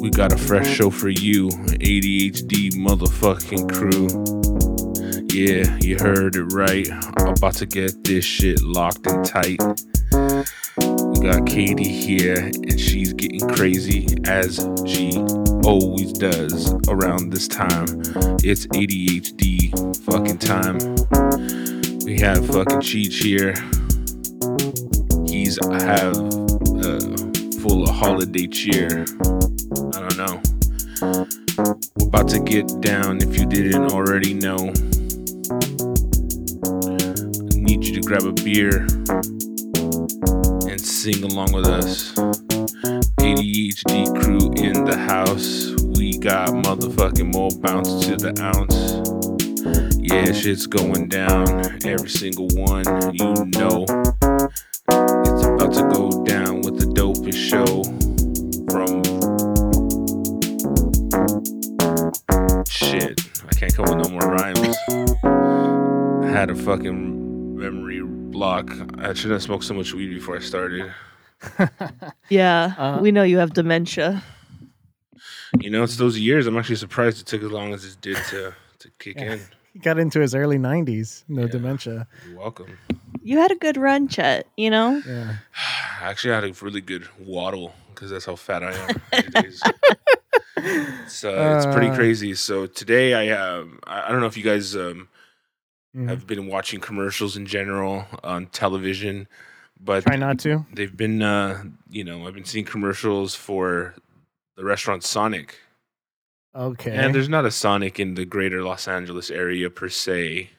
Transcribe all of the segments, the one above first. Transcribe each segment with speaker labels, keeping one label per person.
Speaker 1: We got a fresh show for you, ADHD motherfucking crew. Yeah, you heard it right. I'm about to get this shit locked and tight. We got Katie here, and she's getting crazy as she always does around this time. It's ADHD fucking time. We have fucking Cheech here. He's have uh, full of holiday cheer. I don't know. We're about to get down if you didn't already know. I need you to grab a beer and sing along with us. ADHD crew in the house. We got motherfucking more bounce to the ounce. Yeah, shit's going down. Every single one, you know. It's about to go down with the dopest show from Shit, I can't come with no more rhymes. I had a fucking memory block. I should have smoked so much weed before I started.
Speaker 2: Yeah,
Speaker 1: Uh-huh.
Speaker 3: Uh,
Speaker 2: we know you have dementia.
Speaker 1: You know, it's those years. I'm actually surprised it took as long as it did to to kick in.
Speaker 3: He got into his early 90s, no
Speaker 1: Yeah.
Speaker 3: dementia.
Speaker 1: You're welcome.
Speaker 2: You had a good run, Chet. You know,
Speaker 3: Yeah.
Speaker 1: I actually had a really good waddle because that's how fat I am. nowadays. it's uh, it's pretty
Speaker 3: Uh.
Speaker 1: crazy. So today I um I I don't know if you guys um
Speaker 3: Mhm.
Speaker 1: have been watching commercials in general on television, but
Speaker 3: Try not to.
Speaker 1: they've been uh you know i've been seeing commercials for the restaurant sonic
Speaker 3: Okay.
Speaker 1: and there's not a sonic in the greater los angeles area per se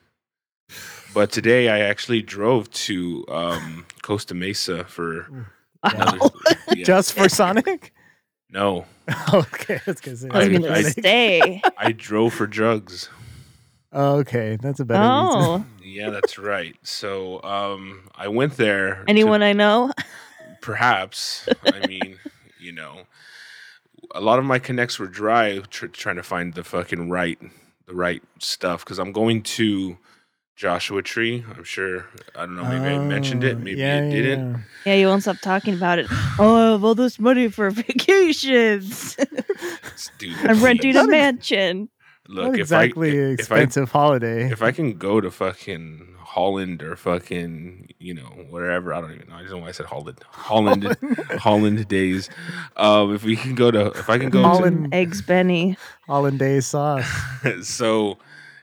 Speaker 1: but today i actually drove to um costa mesa for another-
Speaker 2: wow.
Speaker 1: yeah.
Speaker 3: Just for Sonic?
Speaker 1: no
Speaker 3: okay. That's good.
Speaker 2: I was gonna
Speaker 1: I-
Speaker 2: stay.
Speaker 1: i drove for drugs
Speaker 3: Okay. That's a better reason.
Speaker 2: oh,
Speaker 1: yeah that's right so um i went there to-
Speaker 2: anyone I know?
Speaker 1: perhaps i mean you know a lot of my connects were dry tr- trying to find the fucking right the right stuff because i'm going to joshua tree i'm sure i don't know maybe i mentioned it
Speaker 3: Oh,
Speaker 1: maybe
Speaker 3: yeah,
Speaker 1: it
Speaker 3: yeah,
Speaker 1: didn't
Speaker 3: yeah.
Speaker 2: Yeah, you won't stop talking about it. Oh, I have all this money for vacations.
Speaker 1: dude
Speaker 2: I'm renting a
Speaker 3: Not ex-
Speaker 2: mansion.
Speaker 1: look
Speaker 3: Not
Speaker 1: if
Speaker 3: exactly
Speaker 1: i if- if, i
Speaker 3: expensive holiday.
Speaker 1: if i can go to fucking holland or fucking you know wherever i don't even know i just don't know why i said holland holland holland days um if we can go to if i can go to,
Speaker 3: Holland.
Speaker 2: Eggs Benny.
Speaker 3: Hollandaise sauce.
Speaker 1: so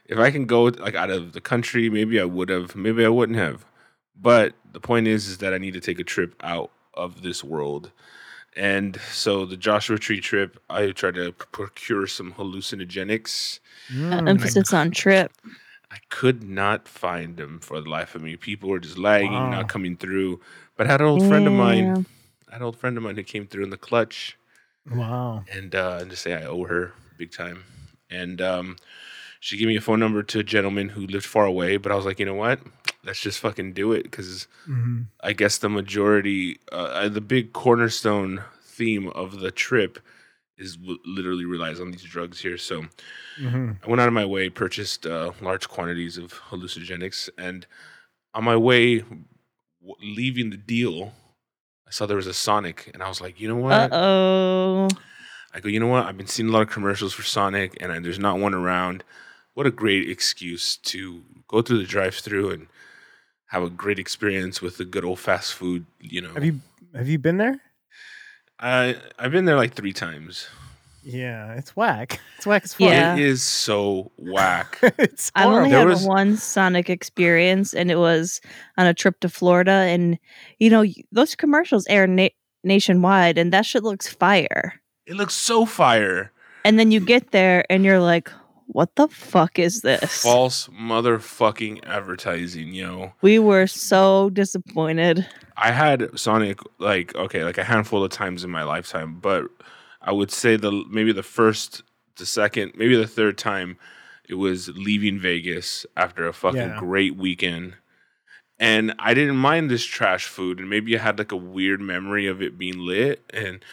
Speaker 1: if I can go like out of the country, maybe I would have, maybe I wouldn't have. But the point is, is that I need to take a trip out of this world. And so the Joshua Tree trip, I tried to procure some hallucinogenics.
Speaker 3: Mm.
Speaker 2: Emphasis on trip.
Speaker 1: I could not find them for the life of me. People were just lagging,
Speaker 3: Wow.
Speaker 1: not coming through. But I had an old friend of mine,
Speaker 2: Damn.
Speaker 1: I had an old friend of mine who came through in the clutch.
Speaker 3: Wow.
Speaker 1: and uh, and just say I owe her big time. And um, she gave me a phone number to a gentleman who lived far away, but I was like, you know what? Let's just fucking do it because
Speaker 2: Mm-hmm.
Speaker 3: Mhm.
Speaker 1: I guess the majority, uh, uh, the big cornerstone theme of the trip is w- literally relies on these drugs here. So
Speaker 2: Mm-hmm.
Speaker 3: Mhm.
Speaker 1: I went out of my way, purchased uh, large quantities of hallucinogenics, and on my way w- leaving the deal, I saw there was a Sonic, and I was like, you know what?
Speaker 2: Uh oh.
Speaker 1: I go, you know what? I've been seeing a lot of commercials for Sonic, and I, there's not one around. What a great excuse to go through the drive-through and have a great experience with the good old fast food. You know,
Speaker 3: Have you have you been there?
Speaker 1: I I've been there like three times.
Speaker 3: Yeah, it's whack. It's whack as fuck.
Speaker 2: Yeah.
Speaker 1: It is so whack.
Speaker 3: it's
Speaker 2: I only
Speaker 3: horrible.
Speaker 1: There
Speaker 2: had
Speaker 1: was-
Speaker 2: one Sonic experience, and it was on a trip to Florida. And you know, y- those commercials air na- nationwide, and that shit looks fire.
Speaker 1: it looks so fire.
Speaker 2: And then you get there, and you're like, "What the fuck is this?"
Speaker 1: False motherfucking advertising, yo.
Speaker 2: We were so disappointed.
Speaker 1: I had Sonic like okay, like a handful of times in my lifetime, but I would say the maybe the first, the second, maybe the third time, it was leaving Vegas after a fucking
Speaker 3: Yeah.
Speaker 1: great weekend, and I didn't mind this trash food, and maybe I had like a weird memory of it being lit, and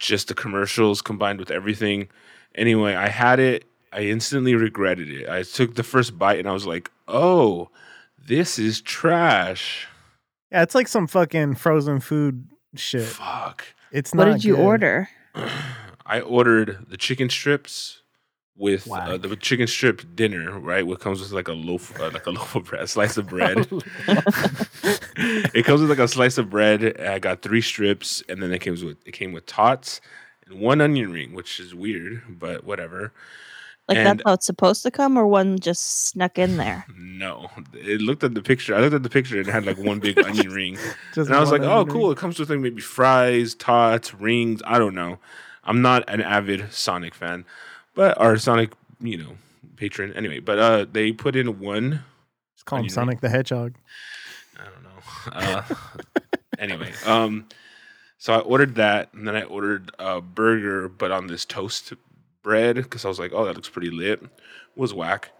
Speaker 1: just the commercials combined with everything. Anyway, I had it. I instantly regretted it. I took the first bite and I was like, "Oh, this is trash."
Speaker 3: Yeah, it's like some fucking frozen food shit.
Speaker 1: Fuck.
Speaker 3: It's
Speaker 2: What
Speaker 3: not
Speaker 2: did you
Speaker 3: good.
Speaker 2: order?
Speaker 1: I ordered the chicken strips with uh,
Speaker 3: Whack.
Speaker 1: the chicken strip dinner, right? What comes with like a loaf, uh, like a loaf of bread, a slice of bread. it comes with like a slice of bread. and I got three strips, and then it came with it came with tots and one onion ring, which is weird, but whatever.
Speaker 2: Like
Speaker 1: And-
Speaker 2: that's how it's supposed to come, or one just snuck in there.
Speaker 1: No, it looked at the picture. I looked at the picture and it had like one big onion ring.
Speaker 3: Just
Speaker 1: and I was
Speaker 3: one
Speaker 1: like, oh,
Speaker 3: onion ring.
Speaker 1: cool. It comes with like maybe fries, tots, rings. I don't know. I'm not an avid Sonic fan, but or Sonic, you know, patron. Anyway, but uh, they put in one.
Speaker 3: Just call him
Speaker 1: onion ring.
Speaker 3: Sonic the Hedgehog.
Speaker 1: I don't know. Uh, anyway, um, so I ordered that, and then I ordered a burger, but on this toast bread because I was like, oh, that looks pretty lit. Was whack.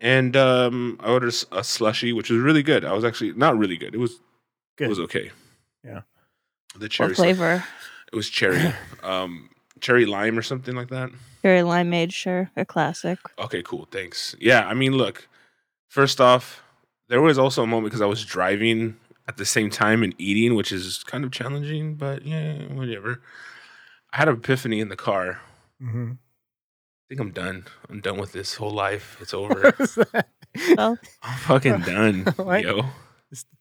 Speaker 1: And um, I ordered s- a slushy, which was really good. I was actually not really good. It was it
Speaker 3: Good.
Speaker 1: was okay.
Speaker 3: Yeah.
Speaker 1: The cherry
Speaker 2: What
Speaker 1: slushy.
Speaker 2: flavor?
Speaker 1: It was cherry, um, cherry lime or something like that.
Speaker 2: Cherry limeade, sure, a classic.
Speaker 1: Okay, cool. Thanks. Yeah, I mean, look. First off, there was also a moment because I was driving at the same time and eating, which is kind of challenging, but yeah, whatever. I had an epiphany in the car. I
Speaker 3: Mm-hmm.
Speaker 1: think I'm done. I'm done with this whole life. It's over.
Speaker 2: Well,
Speaker 1: I'm fucking done,
Speaker 3: What?
Speaker 1: yo.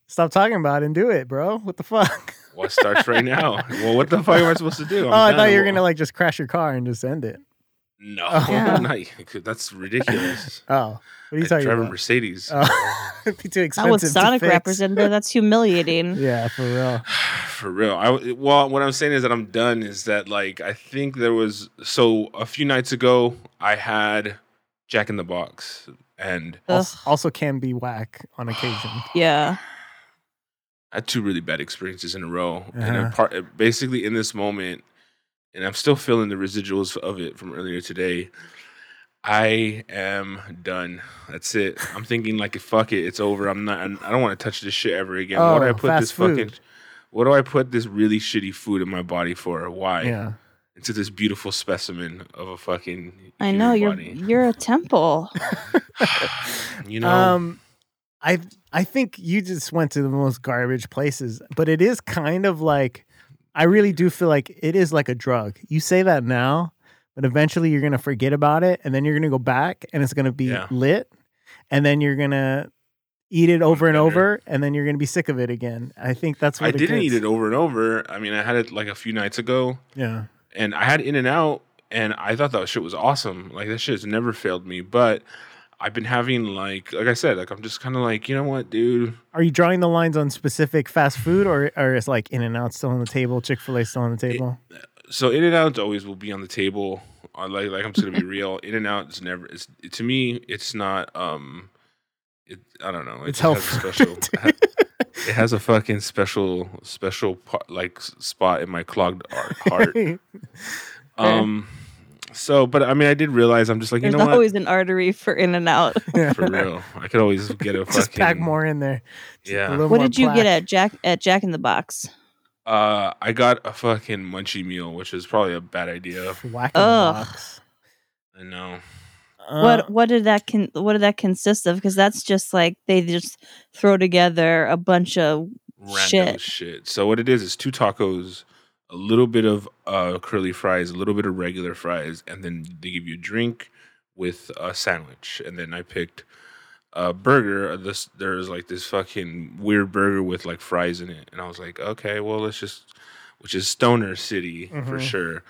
Speaker 3: Stop talking about it and do it, bro. What the fuck?
Speaker 1: What starts right now? Well, what the fuck am I supposed to do?
Speaker 3: oh,
Speaker 1: I'm
Speaker 3: I thought
Speaker 1: done.
Speaker 3: you were gonna like just crash your car and just end it.
Speaker 1: No,
Speaker 2: Yeah.
Speaker 1: not- that's ridiculous.
Speaker 3: Oh, what are you
Speaker 1: I
Speaker 3: talking
Speaker 1: drive a
Speaker 3: about?
Speaker 1: Mercedes.
Speaker 3: Oh, it'd be too expensive.
Speaker 2: not with Sonic
Speaker 3: to fix.
Speaker 2: representative. That's humiliating.
Speaker 3: Yeah, for real.
Speaker 1: For real. I well, what I'm saying is that I'm done. Is that like I think there was so a few nights ago I had Jack in the Box and
Speaker 2: Ugh,
Speaker 3: Also, also can be whack on occasion.
Speaker 2: yeah.
Speaker 1: I had two really bad experiences in a row, and a
Speaker 3: Uh-huh.
Speaker 1: part, basically in this moment, and I'm still feeling the residuals of it from earlier today. I am done. That's it. I'm thinking like, fuck it, it's over. I'm not. I don't want to touch this shit ever again. what do I
Speaker 3: Oh,
Speaker 1: put
Speaker 3: fast
Speaker 1: this fucking?
Speaker 3: food.
Speaker 1: What do I put this really shitty food in my body for? Why?
Speaker 3: yeah.
Speaker 1: into this beautiful specimen of a fucking
Speaker 2: I know
Speaker 1: human
Speaker 2: you're
Speaker 1: body.
Speaker 2: you're a temple.
Speaker 1: you know
Speaker 3: Um, I I think you just went to the most garbage places, but it is kind of like I really do feel like it is like a drug. You say that now, but eventually you're gonna forget about it, and then you're gonna go back, and it's gonna be
Speaker 1: Yeah.
Speaker 3: lit, and then you're gonna eat it over and
Speaker 1: better.
Speaker 3: over, and then you're gonna be sick of it again. I think that's what
Speaker 1: I
Speaker 3: it
Speaker 1: didn't eat
Speaker 3: gets.
Speaker 1: it over and over. I mean, I had it like a few nights ago,
Speaker 3: Yeah,
Speaker 1: and I had In and Out, and I thought that shit was awesome. Like that shit has never failed me. But I've been having like, like I said, like I'm just kind of like, you know what, dude?
Speaker 3: are you drawing the lines on specific fast food, or or is like In and Out still on the table, Chick Fil A still on the table?
Speaker 1: So In and Out always will be on the table. I like, like I'm just gonna be real. In and Out is never. It's to me, it's not. um it, I don't know. It
Speaker 3: it's
Speaker 1: just has a
Speaker 3: health.
Speaker 1: special. It has a fucking special, special par- like s- spot in my clogged ar- heart. um, so, but I mean, I did realize I'm just like, you
Speaker 2: There's
Speaker 1: know what?
Speaker 2: always an artery for in and out.
Speaker 3: Yeah.
Speaker 1: For real, I could always get a fucking.
Speaker 3: Just pack more in there. Just a
Speaker 1: Yeah.
Speaker 3: little
Speaker 2: What
Speaker 3: more
Speaker 2: did you
Speaker 3: plaque.
Speaker 2: get at Jack at Jack in the Box?
Speaker 1: Uh, I got a fucking munchie meal, which is probably a bad idea.
Speaker 3: Whack in the
Speaker 2: Ugh.
Speaker 3: box.
Speaker 1: I know.
Speaker 3: Uh,
Speaker 1: Uh-huh.
Speaker 2: what what did that con- what did that consist of? Because that's just like they just throw together a bunch of
Speaker 1: Random shit.
Speaker 2: Shit.
Speaker 1: So what it is is two tacos, a little bit of uh curly fries, a little bit of regular fries, and then they give you a drink with a sandwich. And then I picked a burger. uh, This there's like this fucking weird burger with like fries in it, and I was like, okay, well let's just, which is Stoner City for
Speaker 2: Mm-hmm.
Speaker 3: Mhm.
Speaker 1: sure.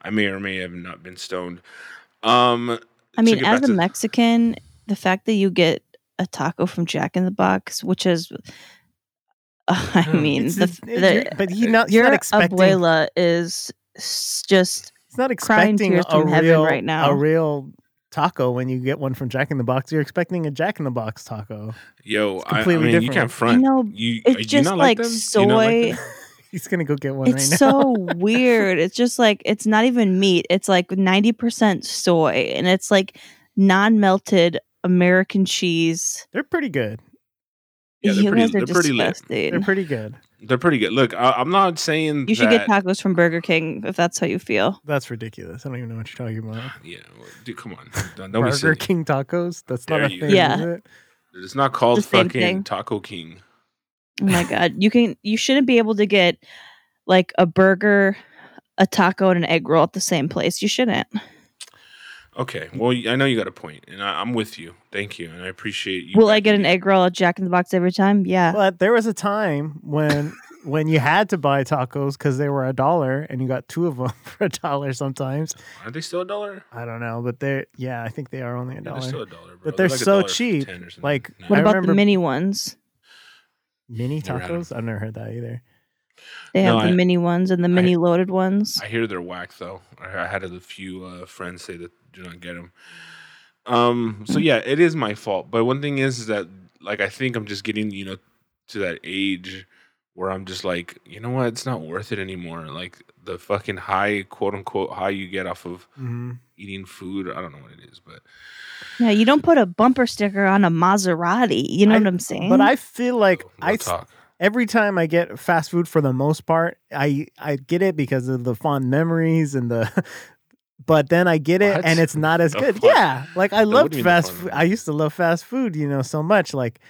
Speaker 1: I may or may have not been stoned. Um,
Speaker 2: I
Speaker 1: took
Speaker 2: mean,
Speaker 1: it
Speaker 2: as
Speaker 1: back
Speaker 2: a
Speaker 1: to-
Speaker 2: Mexican, the fact that you get a taco from Jack in the Box, which is, I
Speaker 1: Yeah.
Speaker 2: mean,
Speaker 3: it's-
Speaker 2: the,
Speaker 3: it's-
Speaker 2: the,
Speaker 3: you're- but he not, he's
Speaker 2: your
Speaker 3: not expecting.
Speaker 2: abuela is s- just
Speaker 3: he's not
Speaker 2: crying
Speaker 3: expecting
Speaker 2: tears
Speaker 3: a
Speaker 2: from heaven
Speaker 3: real
Speaker 2: right now.
Speaker 3: a real taco when you get one from Jack in the Box. You're expecting a Jack in the Box taco.
Speaker 1: yo, I, I mean,
Speaker 3: completely
Speaker 1: you
Speaker 3: different.
Speaker 1: can't front.
Speaker 2: I know,
Speaker 1: you
Speaker 2: it's
Speaker 1: you
Speaker 2: just
Speaker 1: not
Speaker 2: like,
Speaker 1: them? You not like
Speaker 2: soy.
Speaker 1: them?
Speaker 3: He's gonna go get one
Speaker 2: it's
Speaker 3: right
Speaker 2: so weird. It's just like it's not even meat. It's like ninety percent soy, and it's like non-melted American cheese.
Speaker 3: now. They're pretty good.
Speaker 1: Yeah, they're
Speaker 2: you
Speaker 1: pretty-
Speaker 2: guys are
Speaker 1: they're pretty lit.
Speaker 2: disgusting.
Speaker 3: They're pretty good.
Speaker 1: They're pretty good. Look, I, I'm not saying
Speaker 2: you should
Speaker 1: that,
Speaker 2: get tacos from Burger King if that's how you feel.
Speaker 3: That's ridiculous. I don't even know what you're talking about.
Speaker 1: Yeah, well, dude, come on. Don't, don't be
Speaker 3: Burger
Speaker 1: silly.
Speaker 3: King tacos. That's
Speaker 1: There
Speaker 3: not a
Speaker 1: you
Speaker 3: thing.
Speaker 2: go. Yeah.
Speaker 3: Is it?
Speaker 1: It's not called
Speaker 2: The same
Speaker 1: fucking
Speaker 2: thing.
Speaker 1: Taco King.
Speaker 2: Oh my god, you can you shouldn't be able to get like a burger, a taco and an egg roll at the same place. You shouldn't.
Speaker 1: Okay. Well, I know you got a point, and I, I'm with you. Thank you, and I appreciate you.
Speaker 2: Will I get an egg roll at Jack in the Box every time? Yeah.
Speaker 3: But there was a time when when you had to buy tacos because they were a dollar and you got two of them for a dollar sometimes.
Speaker 1: Are they still a dollar?
Speaker 3: I don't know, but they're yeah, I think they are only a
Speaker 1: Yeah, they're
Speaker 3: dollar.
Speaker 1: still a dollar, bro.
Speaker 3: But
Speaker 1: They're
Speaker 3: they're
Speaker 1: like a
Speaker 3: so
Speaker 1: dollar
Speaker 3: cheap,
Speaker 1: 10 or something.
Speaker 3: like,
Speaker 1: Nah.
Speaker 2: What
Speaker 3: I
Speaker 2: about
Speaker 3: remember-
Speaker 2: the mini ones?
Speaker 3: Mini
Speaker 1: Never had 'em.
Speaker 3: tacos? I've never heard that either.
Speaker 2: They have
Speaker 1: No,
Speaker 2: the
Speaker 1: I-
Speaker 2: mini ones and the mini loaded ones.
Speaker 1: I hear they're whack though. I I had a few uh, friends say that do not get them. Um. So yeah, it is my fault. But one thing is, is that like I think I'm just getting you know to that age where I'm just like you know what, it's not worth it anymore. Like the fucking high quote unquote high you get off of
Speaker 3: Mhm.
Speaker 1: eating food. I don't know what it is, but
Speaker 2: yeah, you don't put a bumper sticker on a Maserati. You know
Speaker 3: I-
Speaker 2: what I'm saying?
Speaker 3: But I feel like
Speaker 1: We'll
Speaker 3: I s-
Speaker 1: talk.
Speaker 3: every time I get fast food for the most part, I I get it because of the fond memories and the but then I get it
Speaker 1: What?
Speaker 3: and it's not as
Speaker 1: The
Speaker 3: good.
Speaker 1: fun-
Speaker 3: Yeah. Like I
Speaker 1: what
Speaker 3: loved
Speaker 1: do you mean the
Speaker 3: fast
Speaker 1: fun
Speaker 3: food. I
Speaker 1: memories?
Speaker 3: used to love fast food, you know, so much. Like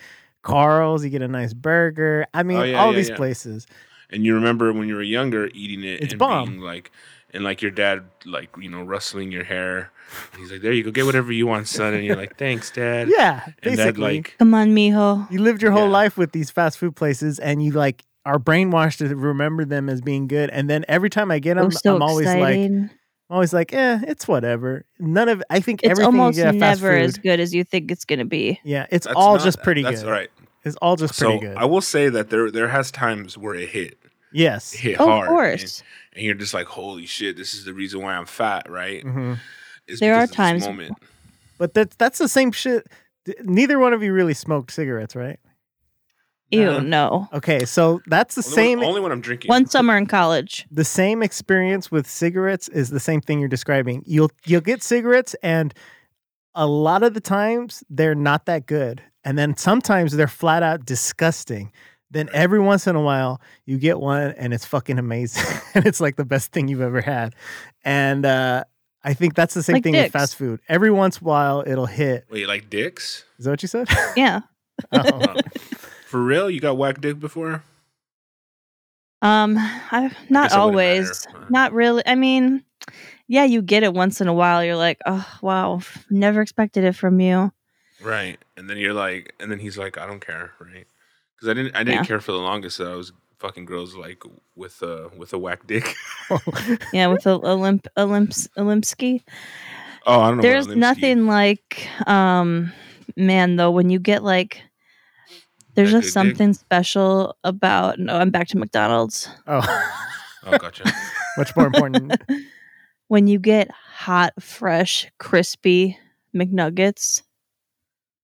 Speaker 3: Carl's, you get a nice burger. I mean,
Speaker 1: Oh, yeah,
Speaker 3: all
Speaker 1: yeah,
Speaker 3: these
Speaker 1: yeah.
Speaker 3: places.
Speaker 1: and you remember when you were younger eating it
Speaker 3: It's
Speaker 1: and
Speaker 3: bomb.
Speaker 1: being like and like your dad like you know rustling your hair he's like there you go get whatever you want son and you're like thanks dad
Speaker 3: Yeah.
Speaker 1: and
Speaker 3: Basically.
Speaker 1: dad like
Speaker 2: Come on, mijo.
Speaker 3: you lived your whole
Speaker 1: Yeah.
Speaker 3: life with these fast food places and you like are brainwashed to remember them as being good. And then every time I get
Speaker 2: I'm
Speaker 3: them,
Speaker 2: so
Speaker 3: I'm always like
Speaker 2: excited.
Speaker 3: I'm always like, eh, it's whatever. None of I think
Speaker 2: it's
Speaker 3: everything
Speaker 2: almost
Speaker 3: you get at fast
Speaker 2: never
Speaker 3: food,
Speaker 2: as good as you think it's going to be.
Speaker 3: Yeah, it's
Speaker 1: that's
Speaker 3: all
Speaker 1: not-
Speaker 3: just pretty
Speaker 1: that's
Speaker 3: good.
Speaker 1: all right
Speaker 3: It's all just pretty
Speaker 1: so
Speaker 3: good.
Speaker 1: i will say that there there has times where it hit it
Speaker 3: yes.
Speaker 1: hit
Speaker 2: Oh,
Speaker 1: hard
Speaker 2: of
Speaker 1: and-
Speaker 2: course.
Speaker 1: And, you're just like holy shit this is the reason why i'm fat right
Speaker 3: Mhm.
Speaker 1: It's
Speaker 2: There
Speaker 1: because
Speaker 2: are
Speaker 1: of this
Speaker 2: times-
Speaker 1: moment
Speaker 3: But that's that's the same shit. D- Neither one of you really smoked cigarettes, right?
Speaker 2: Ew,
Speaker 1: Nah.
Speaker 2: no.
Speaker 3: Okay, so that's the
Speaker 1: only
Speaker 3: same.
Speaker 1: when, only when i'm drinking
Speaker 2: One summer in college.
Speaker 3: the same experience with cigarettes is the same thing you're describing. You'll you'll get cigarettes, and a lot of the times they're not that good, and then sometimes they're flat out disgusting. Then
Speaker 1: Right.
Speaker 3: every once in a while you get one, and it's fucking amazing, and it's like the best thing you've ever had. And uh, I think that's the same
Speaker 2: Like
Speaker 3: thing
Speaker 2: Dick's.
Speaker 3: with fast food. Every once in a while it'll hit.
Speaker 1: wait like dicks
Speaker 3: Is that what you said?
Speaker 2: Yeah.
Speaker 3: Oh.
Speaker 1: Oh. for real you got whack dick before
Speaker 2: Um, I,
Speaker 1: guess
Speaker 2: not
Speaker 1: it wouldn't
Speaker 2: always.
Speaker 1: matter.
Speaker 2: Not really. I mean, yeah, you get it once in a while. You're like, oh wow, f- never expected it from you.
Speaker 1: Right. And then you're like, and then he's like, I don't care, right? Because I didn't, I didn't
Speaker 2: Yeah.
Speaker 1: care for the longest that I was fucking girls like with a with a whack dick.
Speaker 3: Oh.
Speaker 2: Yeah, with the Olymp Olymps Olympsky.
Speaker 1: Oh, I don't know.
Speaker 2: There's
Speaker 1: about Limsky.
Speaker 2: nothing like, um, man, though, when you get like, there's
Speaker 1: That
Speaker 2: just
Speaker 1: good dick?
Speaker 2: something special about. No, I'm back to McDonald's.
Speaker 3: oh,
Speaker 1: Oh, gotcha.
Speaker 3: much more important.
Speaker 2: When you get hot, fresh, crispy McNuggets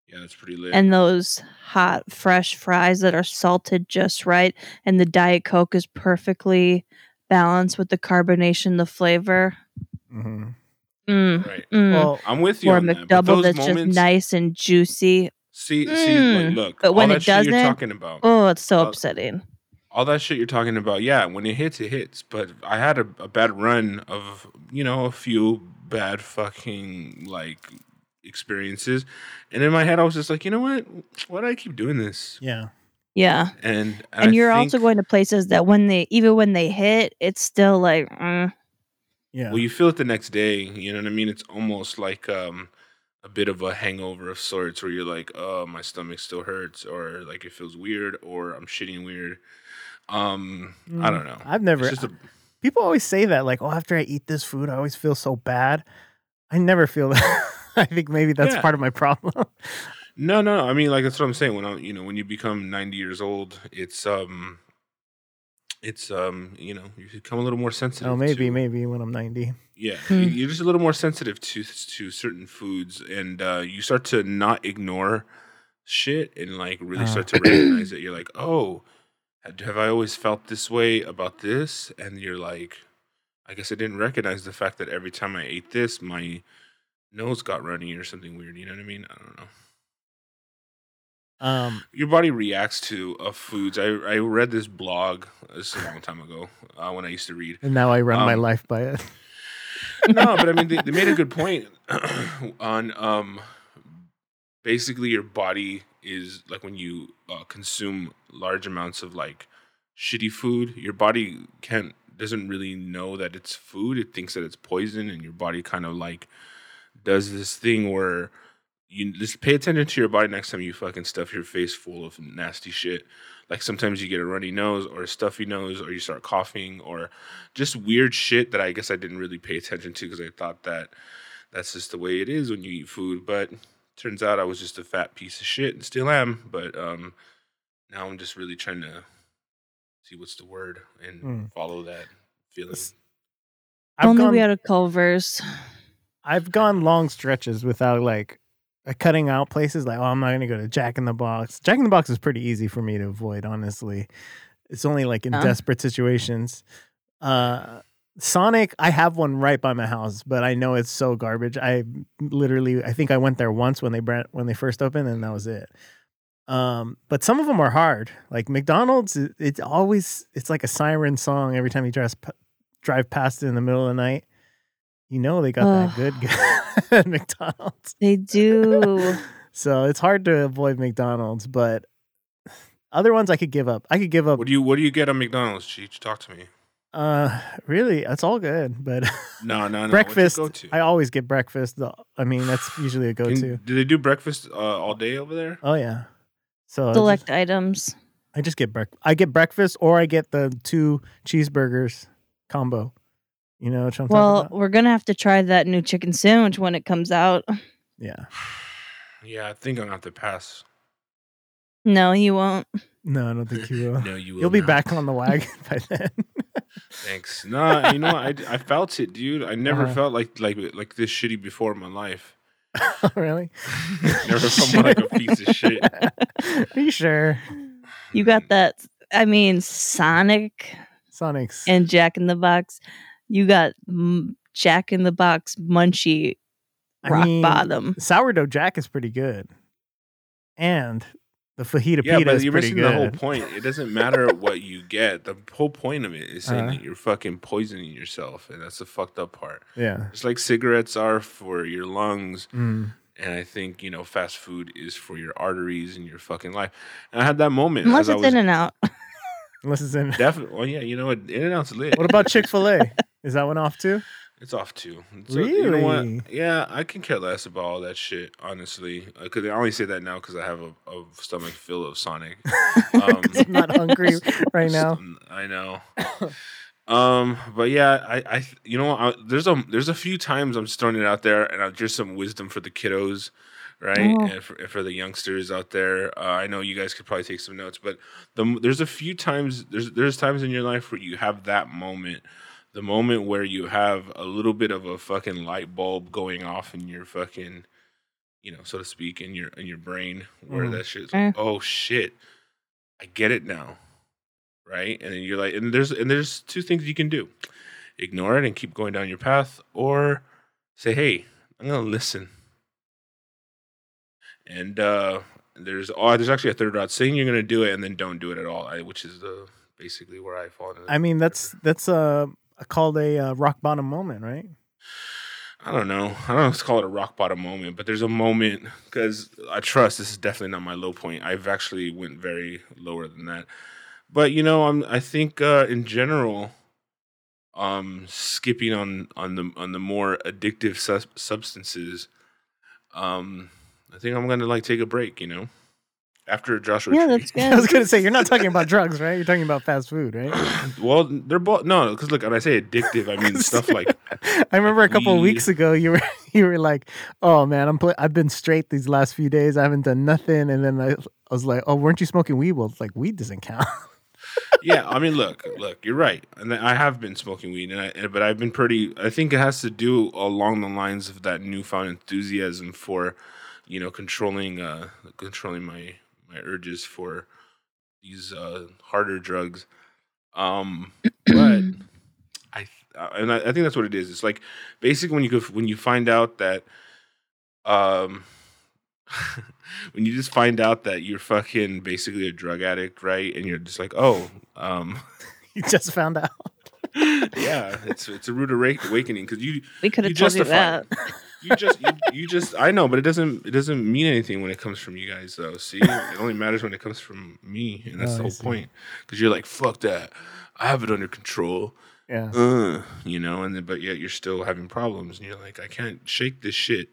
Speaker 1: Yeah, that's pretty lit.
Speaker 2: and those hot, fresh fries that are salted just right, and the Diet Coke is perfectly balanced with the carbonation, the flavor.
Speaker 3: Mhm.
Speaker 2: Mm,
Speaker 1: right.
Speaker 2: mm.
Speaker 3: Well,
Speaker 1: I'm with you
Speaker 2: or a
Speaker 1: on that. But
Speaker 2: McDouble
Speaker 1: those
Speaker 2: that's
Speaker 1: moments,
Speaker 2: just nice and juicy.
Speaker 1: see, see,
Speaker 2: Mm.
Speaker 1: like, look,
Speaker 2: But when
Speaker 1: all
Speaker 2: it
Speaker 1: that shit you're
Speaker 2: doesn't-
Speaker 1: talking about,
Speaker 2: Oh, it's so
Speaker 1: Uh,
Speaker 2: upsetting.
Speaker 1: all that shit you're talking about, yeah, when it hits, it hits. But I had a, a bad run of, you know, a few bad fucking like experiences, and in my head, I was just like, you know what? Why do I keep doing this?
Speaker 3: yeah.
Speaker 2: Yeah.
Speaker 1: And
Speaker 2: and
Speaker 1: I
Speaker 2: you're
Speaker 1: think-
Speaker 2: also going to places that when they even when they hit it's still like mm.
Speaker 3: Yeah.
Speaker 1: Well, you feel it the next day. You know what I mean? It's almost like um, a bit of a hangover of sorts, where you're like, "Oh, my stomach still hurts," or like it feels weird, or I'm shitting weird. Um, I
Speaker 3: Mm.
Speaker 1: don't know.
Speaker 3: I've
Speaker 1: It's
Speaker 3: never.
Speaker 1: just a,
Speaker 3: people always say that, like, oh, after I eat this food, I always feel so bad. I never feel that. I think maybe that's
Speaker 1: Yeah.
Speaker 3: part of my problem.
Speaker 1: no, no. I mean, like that's what I'm saying. When I, you know, when you become 90 years old, it's um, it's um, you know, you become a little more sensitive.
Speaker 3: oh, maybe,
Speaker 1: to-
Speaker 3: maybe when I'm 90.
Speaker 1: Yeah,
Speaker 2: Hmm.
Speaker 1: you- you're just a little more sensitive to to certain foods, and uh, you start to not ignore shit, and like really
Speaker 3: Ah.
Speaker 1: start to recognize it. You're like, oh, had- have I always felt this way about this? And you're like, I guess I didn't recognize the fact that every time I ate this, my nose got runny or something weird. You know what I mean? I don't know.
Speaker 3: Um,
Speaker 1: Your body reacts to uh, foods. I I read this blog this is a long time ago uh, when I used to read,
Speaker 3: and now I run my
Speaker 1: Um,
Speaker 3: life by it.
Speaker 1: no, but I mean, they, they made a good point on um, basically your body is like when you uh, consume large amounts of like shitty food, your body can't doesn't really know that it's food. It thinks that it's poison, and your body kind of like does this thing where you just pay attention to your body next time you fucking stuff your face full of nasty shit. Like sometimes you get a runny nose or a stuffy nose, or you start coughing, or just weird shit that I guess I didn't really pay attention to because I thought that that's just the way it is when you eat food. But turns out I was just a fat piece of shit and still am. But um, now I'm just really trying to see what's the word and
Speaker 3: Mm.
Speaker 1: follow that feeling.
Speaker 3: It's- I've
Speaker 2: Only
Speaker 3: gone,
Speaker 2: we had a Culver's.
Speaker 3: I've gone long stretches without like uh, cutting out places. Like, oh, I'm not gonna go to Jack in the Box. Jack in the Box is pretty easy for me to avoid, honestly. It's only like in
Speaker 2: Yeah.
Speaker 3: desperate situations. Uh, Sonic, I have one right by my house, but I know it's so garbage. I literally, I think I went there once when they bran- when they first opened, and that was it. Um, but some of them are hard. Like McDonald's, it- it's always it's like a siren song every time you drive drive past it in the middle of the night. You know they got
Speaker 2: Ugh.
Speaker 3: that good at McDonald's.
Speaker 2: They do.
Speaker 3: So it's hard to avoid McDonald's, but other ones I could give up. I could give up.
Speaker 1: What do you What do you get on McDonald's? Cheech, talk to me.
Speaker 3: Uh, really, that's all good. But
Speaker 1: No, no, no. What'd you
Speaker 3: breakfast,
Speaker 1: Go to.
Speaker 3: I always get breakfast. The- I mean, that's usually a
Speaker 1: Can-
Speaker 3: go-to.
Speaker 1: do they do breakfast uh, all day over there?
Speaker 3: oh yeah. So I just-
Speaker 2: Select items.
Speaker 3: I just get break. I get breakfast, or I get the two cheeseburgers combo. You know what I'm
Speaker 2: Well,
Speaker 3: talking about?
Speaker 2: we're gonna have to try that new chicken sandwich when it comes out.
Speaker 3: Yeah.
Speaker 1: Yeah, I think I'm gonna have to pass.
Speaker 2: No, you won't.
Speaker 3: No, I don't think you will.
Speaker 1: No, you will
Speaker 3: You'll be
Speaker 1: not.
Speaker 3: back on the wagon by then.
Speaker 1: Thanks. Nah, you know what? I, I felt it, dude. I never
Speaker 3: Uh-huh.
Speaker 1: felt like like like this shitty before in my life.
Speaker 3: Oh, really?
Speaker 1: never felt like a piece of shit.
Speaker 3: Are you sure?
Speaker 2: You
Speaker 1: Mm-hmm.
Speaker 2: got that. I mean, Sonic
Speaker 3: Sonic's.
Speaker 2: and Jack in the Box. You got mm, Jack in the Box Munchie
Speaker 3: I
Speaker 2: Rock
Speaker 3: mean,
Speaker 2: Bottom.
Speaker 3: Sourdough Jack is pretty good, and the fajita
Speaker 1: Yeah,
Speaker 3: pita
Speaker 1: but
Speaker 3: is
Speaker 1: you're
Speaker 3: pretty
Speaker 1: missing
Speaker 3: good.
Speaker 1: the whole point. It doesn't matter what you get. The whole point of it is saying
Speaker 3: Uh-huh.
Speaker 1: that you're fucking poisoning yourself, and that's the fucked up part.
Speaker 3: Yeah.
Speaker 1: It's like cigarettes are for your lungs,
Speaker 3: Mm.
Speaker 1: and I think you know fast food is for your arteries and your fucking life. And I had that moment
Speaker 2: Unless
Speaker 1: as I
Speaker 2: it's
Speaker 1: was
Speaker 2: in and out.
Speaker 3: Unless it's in.
Speaker 1: definitely. Well, yeah, you know what? In and out's lit.
Speaker 3: What about Chick Fil A? Is that one off too?
Speaker 1: It's off too. So, You know
Speaker 3: Really?
Speaker 1: what? Yeah, I can care less about all that shit, honestly. Because I only say that now because I have a, a stomach full of Sonic. Um,
Speaker 3: I'm not hungry right now.
Speaker 1: I know. um, but yeah, I, I, you know, I, there's a, there's a few times I'm just throwing it out there, and I, just some wisdom for the kiddos, right,
Speaker 2: Oh.
Speaker 1: and, for, and for the youngsters out there. Uh, I know you guys could probably take some notes, but the, there's a few times, there's, there's times in your life where you have that moment. The moment where you have a little bit of a fucking light bulb going off in your fucking, you know, so to speak, in your in your brain, where
Speaker 3: Mhm.
Speaker 1: that shit's
Speaker 2: Eh.
Speaker 1: like, oh shit, I get it now right? And then you're like, and there's and there's two things you can do: ignore it and keep going down your path, or say, hey, I'm gonna listen. And uh, there's oh, there's actually a third route: saying you're gonna do it and then don't do it at all, I, which is the basically where I fall. into the-
Speaker 3: I mean, that's that's uh, called a uh, rock bottom moment, right?
Speaker 1: I don't know. I don't know if to call it a rock bottom moment, but there's a moment because I trust this is definitely not my low point. I've actually went very lower than that. But you know, I'm I think uh, in general, um, skipping on on the on the more addictive sus- substances, um, I think I'm gonna like take a break. You know, after Joshua.
Speaker 2: Yeah,
Speaker 1: Tree.
Speaker 2: that's good.
Speaker 3: I was gonna say you're not talking about drugs, right? You're talking about fast food, right?
Speaker 1: well, they're both no, because look, when I say addictive, I mean stuff like
Speaker 3: I remember a couple of
Speaker 1: weed.
Speaker 3: weeks ago you were you were like, "Oh man, I'm pl- I've been straight these last few days. I haven't done nothing." And then I, I was like, "Oh, weren't you smoking weed?" Well, it's like weed doesn't count.
Speaker 1: yeah, I mean, look, look, you're right, and I have been smoking weed, and I, and- but I've been pretty. I think it has to do along the lines of that newfound enthusiasm for, you know, controlling, uh, controlling my my urges for these uh, harder drugs. Um, but I uh, and I, I think that's what it is. It's like basically when you go, when you find out that, um. when you just find out that you're fucking basically a drug addict, right? And you're just like, oh, um,
Speaker 3: you just found out.
Speaker 1: yeah, it's it's a rude awake- awakening because you
Speaker 2: we could
Speaker 1: you
Speaker 2: have told you
Speaker 1: justify
Speaker 2: that.
Speaker 1: it. you just you, you just I know, but it doesn't it doesn't mean anything when it comes from you guys though. See, it only matters when it comes from me, and that's
Speaker 3: Oh,
Speaker 1: the
Speaker 3: I
Speaker 1: whole
Speaker 3: see.
Speaker 1: point. Because you're like, fuck that, I have it under control.
Speaker 3: Yeah.
Speaker 1: uh, you know, and then, but yet you're still having problems, and you're like, I can't shake this shit.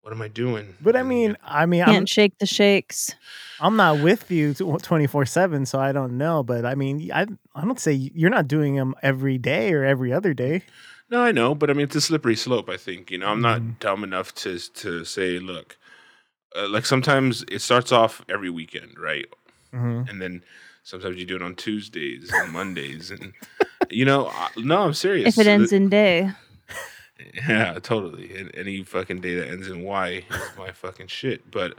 Speaker 1: What am I doing?
Speaker 3: But I
Speaker 1: And
Speaker 3: mean, I mean, I'm,
Speaker 2: Can't shake the shakes.
Speaker 3: I'm not with you 24 seven, so I don't know. But I mean, I I don't say you're not doing them every day or every other day.
Speaker 1: No, I know, but I mean it's a slippery slope. I think you know I'm not
Speaker 3: Mhm.
Speaker 1: dumb enough to to say, look, uh, like sometimes it starts off every weekend, right?
Speaker 3: hmm
Speaker 1: And then sometimes you do it on Tuesdays and Mondays, and you know, I, no, I'm serious.
Speaker 2: If it ends in day,
Speaker 1: yeah, totally. And any fucking day that ends in Y is my fucking shit. But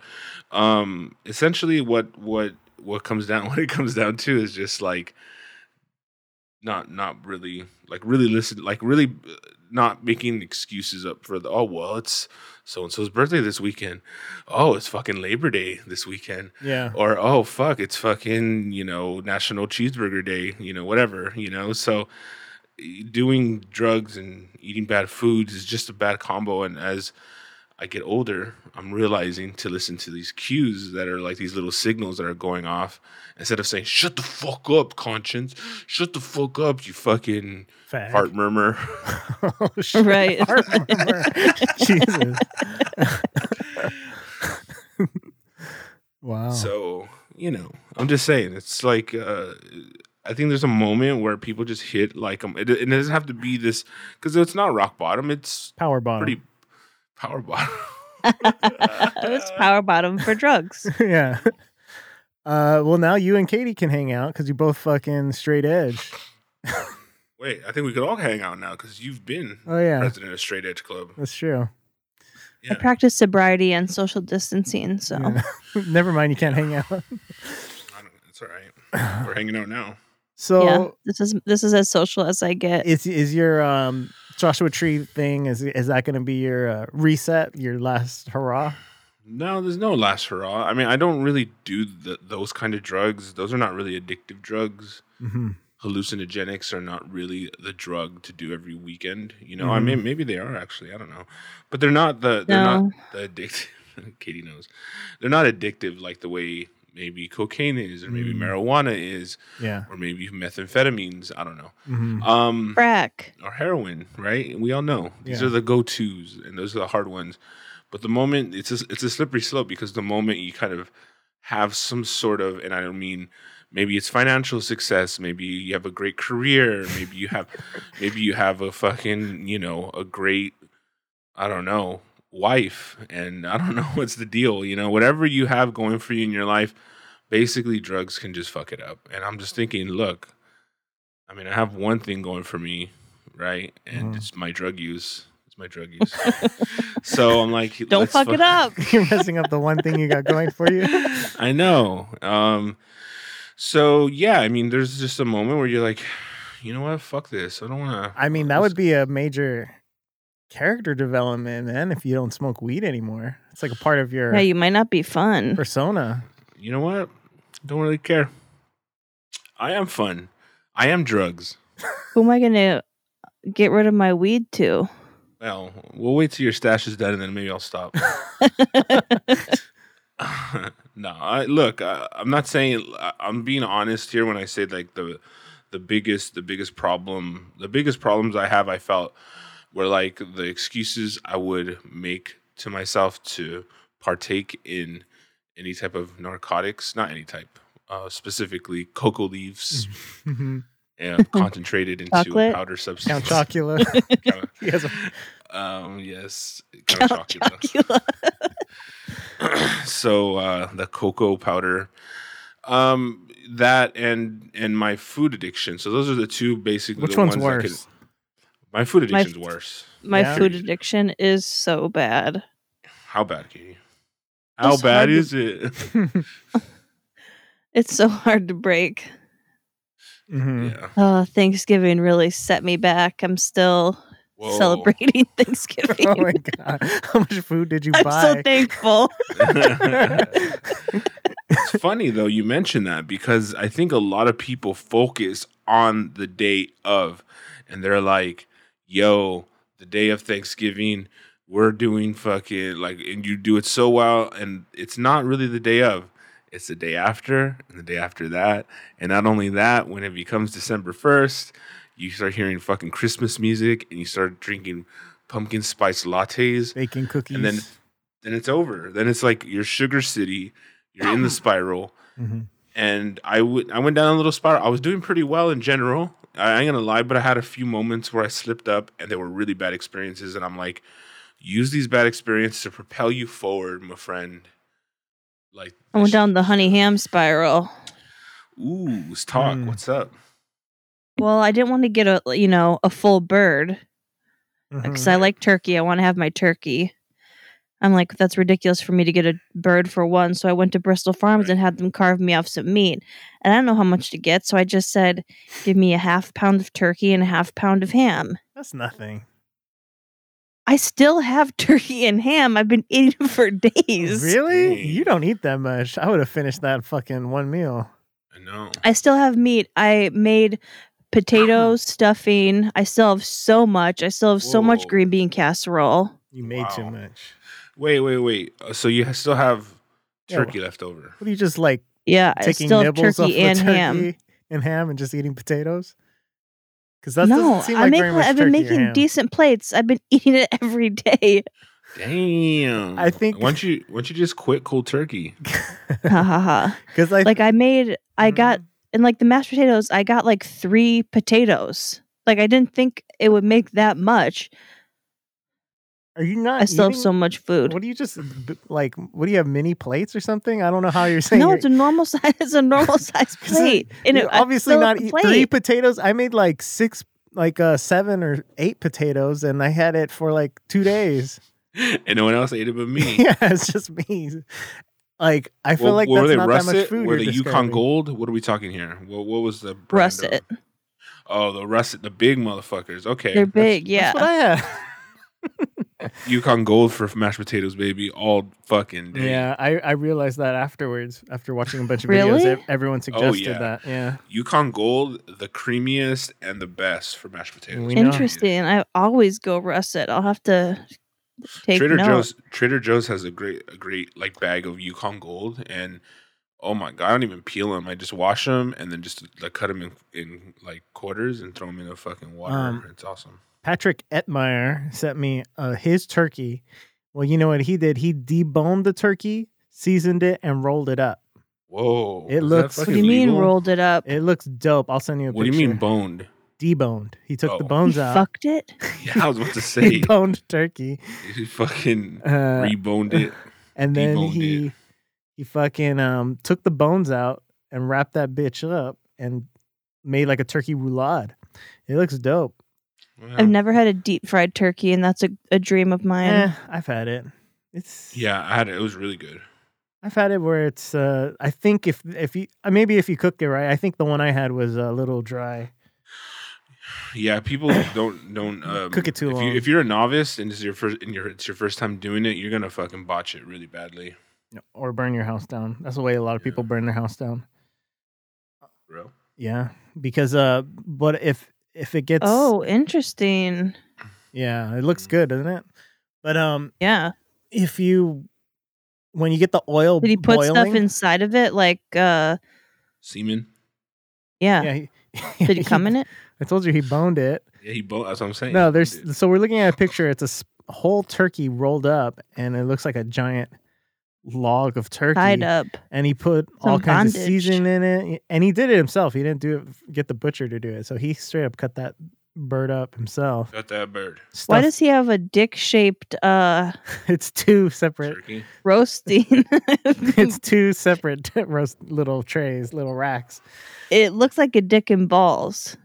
Speaker 1: um, essentially, what what what comes down what it comes down to is just like not not really like really listen like really uh, not making excuses up for the oh well it's so and so's birthday this weekend oh it's fucking Labor Day this weekend
Speaker 3: Yeah.
Speaker 1: or oh fuck it's fucking you know national cheeseburger day you know whatever you know so eh, doing drugs and eating bad foods is just a bad combo and as i get older i'm realizing to listen to these cues that are like these little signals that are going off instead of saying shut the fuck up conscience shut the fuck up you fucking
Speaker 3: Fag.
Speaker 1: heart murmur
Speaker 3: Oh, shit.
Speaker 2: Right.
Speaker 3: Heart murmur. Jesus. wow.
Speaker 1: So, you know, I'm just saying, it's like, uh, I think there's a moment where people just hit like, um, it, it doesn't have to be this, because it's not rock bottom, it's
Speaker 3: Power bomb.
Speaker 1: pretty power bottom.
Speaker 2: it's
Speaker 1: uh,
Speaker 2: power bottom for drugs.
Speaker 3: yeah. Uh, well, now you and Katie can hang out because you're both fucking straight edge.
Speaker 1: Wait, I think we could all hang out now because you've been
Speaker 3: Oh yeah,
Speaker 1: president of Straight Edge Club.
Speaker 3: that's true.
Speaker 2: I practice sobriety and social distancing, so
Speaker 3: Yeah. Never mind, you can't hang out.
Speaker 1: I don't, it's all right. We're hanging out now.
Speaker 3: So
Speaker 2: yeah, this is this is as social as I get.
Speaker 3: is is your um, Joshua Tree thing? Is is that going to be your uh, reset? Your last hurrah?
Speaker 1: No, there's no last hurrah. I mean, I don't really do the, those kind of drugs. Those are not really addictive drugs.
Speaker 3: Mm-hmm.
Speaker 1: hallucinogenics are not really the drug to do every weekend. You know, I mean, maybe they are actually. I don't know, but they're not the they're
Speaker 2: No.
Speaker 1: not the addictive. Katie knows they're not addictive like the way maybe cocaine is, or maybe
Speaker 3: Mm.
Speaker 1: marijuana is,
Speaker 3: Yeah.
Speaker 1: or maybe methamphetamines. I don't know.
Speaker 3: Mm-hmm.
Speaker 1: Um,
Speaker 2: Crack.
Speaker 1: or heroin, right? We all know these
Speaker 3: Yeah.
Speaker 1: are the go tos, and those are the hard ones. But the moment it's a, it's a slippery slope because the moment you kind of have some sort of, and I don't mean maybe it's financial success, maybe you have a great career, maybe you have maybe you have a fucking you know a great I don't know wife, and I don't know what's the deal, you know whatever you have going for you in your life, basically drugs can just fuck it up. And I'm just thinking, look, I mean I have one thing going for me, right, and
Speaker 3: Mhm.
Speaker 2: Mm.
Speaker 1: it's my drug use. It's my drug use. so I'm like,
Speaker 2: Don't
Speaker 1: let's
Speaker 2: fuck it up.
Speaker 3: You're messing up the one thing you got going for you.
Speaker 1: I know. Um, so yeah, I mean, there's just a moment where you're like, you know what? Fuck this. I don't want to.
Speaker 3: I mean, that would be a major character development, man. If you don't smoke weed anymore, it's like a part of your
Speaker 2: Yeah, you might not be fun.
Speaker 3: persona.
Speaker 1: You know what? Don't really care. I am fun. I am drugs.
Speaker 2: Who am I gonna get rid of my weed to?
Speaker 1: Well, we'll wait till your stash is done, and then maybe I'll stop. no, I, look, I, I'm not saying I- I'm being honest here when I say like the the biggest the biggest problem the biggest problems I have I felt were like the excuses I would make to myself to partake in any type of narcotics, not any type, uh, specifically cocoa leaves
Speaker 3: Mhm.
Speaker 1: uh, concentrated into
Speaker 2: Chocolate?
Speaker 1: a powder substance.
Speaker 3: Count Chocula.
Speaker 1: Count-
Speaker 3: He has a-
Speaker 1: um, yes, Count Chocula
Speaker 2: Chocula.
Speaker 1: so uh, the cocoa powder um that and and my food addiction so those are the two basically
Speaker 3: Which
Speaker 1: the
Speaker 3: one's
Speaker 1: ones that
Speaker 3: worse?
Speaker 1: could- my food
Speaker 2: My
Speaker 1: addiction's worse
Speaker 2: My
Speaker 3: Yeah.
Speaker 2: food addiction is so bad.
Speaker 1: how bad katie how
Speaker 2: It's
Speaker 1: bad
Speaker 2: hard to-
Speaker 1: is it
Speaker 2: It's so hard to break.
Speaker 3: Mhm.
Speaker 1: yeah
Speaker 2: Oh, Thanksgiving really set me back. I'm still
Speaker 1: Whoa.
Speaker 2: celebrating Thanksgiving.
Speaker 3: Oh my god! How much food did you
Speaker 2: I'm so
Speaker 3: buy?
Speaker 2: thankful.
Speaker 1: it's funny though you mention that because I think a lot of people focus on the day of, and they're like, "Yo, the day of Thanksgiving, we're doing fucking like," and you do it so well, and it's not really the day of. It's the day after, and the day after that, and not only that, when it becomes December first, you start hearing fucking Christmas music and you start drinking pumpkin spice lattes.
Speaker 3: Baking cookies.
Speaker 1: And then- Then it's over. Then it's like you're Sugar City, you're in the spiral.
Speaker 3: Mhm.
Speaker 1: and I would I went down a little spiral. I was doing pretty well in general. I ain't gonna lie, but I had a few moments where I slipped up, and they were really bad experiences. And I'm like, use these bad experiences to propel you forward, my friend. Like
Speaker 2: I went down the honey ham spiral.
Speaker 1: Ooh, let's talk.
Speaker 3: Mm.
Speaker 1: What's up?
Speaker 2: Well, I didn't want to get a you know a full bird because I
Speaker 3: Mhm.
Speaker 2: like turkey. I want to have my turkey. I'm like that's ridiculous for me to get a bird for one. So I went to Bristol Farms and had them carve me off some meat, and I don't know how much to get. So I just said, "Give me a half pound of turkey and a half pound of ham."
Speaker 3: That's nothing.
Speaker 2: I still have turkey and ham. I've been eating for days.
Speaker 3: Really?
Speaker 1: Dang.
Speaker 3: You don't eat that much. I would have finished that fucking one meal.
Speaker 1: I know.
Speaker 2: I still have meat. I made potato stuffing. I still have so much. I still have so much
Speaker 1: Whoa.
Speaker 2: green bean casserole.
Speaker 3: You made too
Speaker 1: Wow.
Speaker 3: much.
Speaker 1: Wait, wait, wait. Uh, So you ha- still have
Speaker 3: Yeah,
Speaker 1: turkey left over?
Speaker 3: What are you just like
Speaker 2: Yeah, I
Speaker 3: taking
Speaker 2: still have
Speaker 3: nibbles off
Speaker 2: turkey
Speaker 3: the
Speaker 2: and
Speaker 3: turkey
Speaker 2: ham.
Speaker 3: and ham and just eating potatoes? Because that
Speaker 2: No,
Speaker 3: doesn't seem like
Speaker 2: I make.
Speaker 3: very much
Speaker 2: I've been
Speaker 3: turkey or
Speaker 2: making
Speaker 3: ham.
Speaker 2: decent plates. I've been eating it every day.
Speaker 1: Damn.
Speaker 3: I think-
Speaker 1: Why don't you Why don't you just quit cold turkey?
Speaker 2: Ha ha ha!
Speaker 3: 'Cause I
Speaker 2: Like I made.
Speaker 3: Mm-hmm.
Speaker 2: I got and like the mashed potatoes. I got like three potatoes. Like I didn't think it would make that much.
Speaker 3: Are you not?
Speaker 2: I still have
Speaker 3: eating-
Speaker 2: so much food.
Speaker 3: What do you just b- like? What do you have? Mini plates or something? I don't know how you're saying.
Speaker 2: No,
Speaker 3: you're-
Speaker 2: it's a normal size. It's a normal size
Speaker 3: 'Cause it-
Speaker 2: plate, and
Speaker 3: you're
Speaker 2: it I
Speaker 3: obviously
Speaker 2: still
Speaker 3: not
Speaker 2: have the
Speaker 3: eat
Speaker 2: plate.
Speaker 3: three potatoes. I made like six, like uh seven or eight potatoes, and I had it for like two days.
Speaker 1: and no one else ate it but me.
Speaker 3: yeah, it's just me. Like I feel
Speaker 1: Well,
Speaker 3: like
Speaker 1: were
Speaker 3: that's
Speaker 1: they
Speaker 3: not
Speaker 1: russet?
Speaker 3: that much food.
Speaker 1: were
Speaker 3: you're
Speaker 1: they Yukon
Speaker 3: describing.
Speaker 1: Gold? What are we talking here? What, what was the brand
Speaker 2: Russet.
Speaker 1: of- Oh, the russet, the big motherfuckers. Okay,
Speaker 2: They're big.
Speaker 3: That's what
Speaker 2: Yeah.
Speaker 3: I had.
Speaker 1: Yukon Gold for mashed potatoes, baby, all fucking day.
Speaker 3: Yeah, I, I realized that afterwards after watching a bunch of
Speaker 2: Really?
Speaker 3: videos. ev- Everyone suggested
Speaker 1: Oh, yeah.
Speaker 3: that. Yeah.
Speaker 1: Yukon Gold, the creamiest and the best for mashed potatoes.
Speaker 3: We know.
Speaker 2: Interesting. I always go russet. I'll have to take
Speaker 1: Trader
Speaker 2: note.
Speaker 1: Joe's Trader Joe's has a great a great like bag of Yukon Gold and oh my god, I don't even peel them. I just wash them and then just like cut them in, in like quarters and throw them in the fucking water.
Speaker 3: Um,
Speaker 1: it's awesome.
Speaker 3: Patrick Etmeyer sent me uh, his turkey. Well, you know what he did? He deboned the turkey, seasoned it, and rolled it up.
Speaker 1: Whoa. is
Speaker 3: It
Speaker 1: that
Speaker 3: looks-
Speaker 2: What
Speaker 1: fucking
Speaker 2: do you mean
Speaker 1: legal?
Speaker 2: rolled it up?
Speaker 3: It looks dope. I'll send you a
Speaker 1: What do
Speaker 3: picture.
Speaker 1: you mean boned?
Speaker 3: Deboned. He took the
Speaker 1: Oh.
Speaker 2: He
Speaker 3: bones out.
Speaker 2: fucked it.
Speaker 1: Yeah, I was about to
Speaker 3: He
Speaker 1: say
Speaker 3: boned turkey.
Speaker 1: he fucking
Speaker 3: Uh,
Speaker 1: reboned it.
Speaker 3: and then
Speaker 1: deboned
Speaker 3: he he fucking um took the bones out and wrapped that bitch up and made like a turkey roulade. It looks dope.
Speaker 2: I've
Speaker 3: Oh.
Speaker 1: Well,
Speaker 2: never had a deep fried turkey, and that's a, a dream of mine.
Speaker 3: Eh, I've had it. It's
Speaker 1: yeah, I had it. It was really good.
Speaker 3: I've had it where it's. Uh, I think if if you uh, maybe if you cooked it right, I think the one I had was a little dry.
Speaker 1: Yeah, people don't don't um,
Speaker 3: Cook it too
Speaker 1: if
Speaker 3: long.
Speaker 1: You, if you're a novice and this is your first and your it's your first time doing it, you're gonna fucking botch it really badly,
Speaker 3: Or burn your house down. That's the way a lot of people burn their house down.
Speaker 1: bro.
Speaker 3: Yeah, because uh, but if if it gets
Speaker 2: oh, interesting.
Speaker 3: yeah, it looks good, doesn't it? But um,
Speaker 2: Yeah.
Speaker 3: if you when you get the oil,
Speaker 2: Did he put
Speaker 3: boiling,
Speaker 2: stuff inside of it? Like, uh,
Speaker 1: Semen.
Speaker 2: yeah.
Speaker 3: Yeah, he,
Speaker 2: Did he come in it?
Speaker 3: I told you he boned it.
Speaker 1: Yeah, he boned. That's what I'm saying.
Speaker 3: No,
Speaker 1: He
Speaker 3: there's
Speaker 1: boned it.
Speaker 3: so we're looking at a picture. It's a s- whole turkey rolled up, and it looks like a giant log of turkey.
Speaker 2: Tied up.
Speaker 3: and he put all
Speaker 2: Some
Speaker 3: kinds of
Speaker 2: bondage.
Speaker 3: seasoning in it, and he did it himself. He didn't do it, get the butcher to do it, so he straight up cut that bird up himself.
Speaker 1: got that bird
Speaker 2: Why
Speaker 3: Stuff-
Speaker 2: does he have a dick shaped uh
Speaker 3: it's two separate?
Speaker 1: turkey.
Speaker 2: roasting?
Speaker 3: It's two separate roast little trays, little racks.
Speaker 2: it looks like a dick and balls.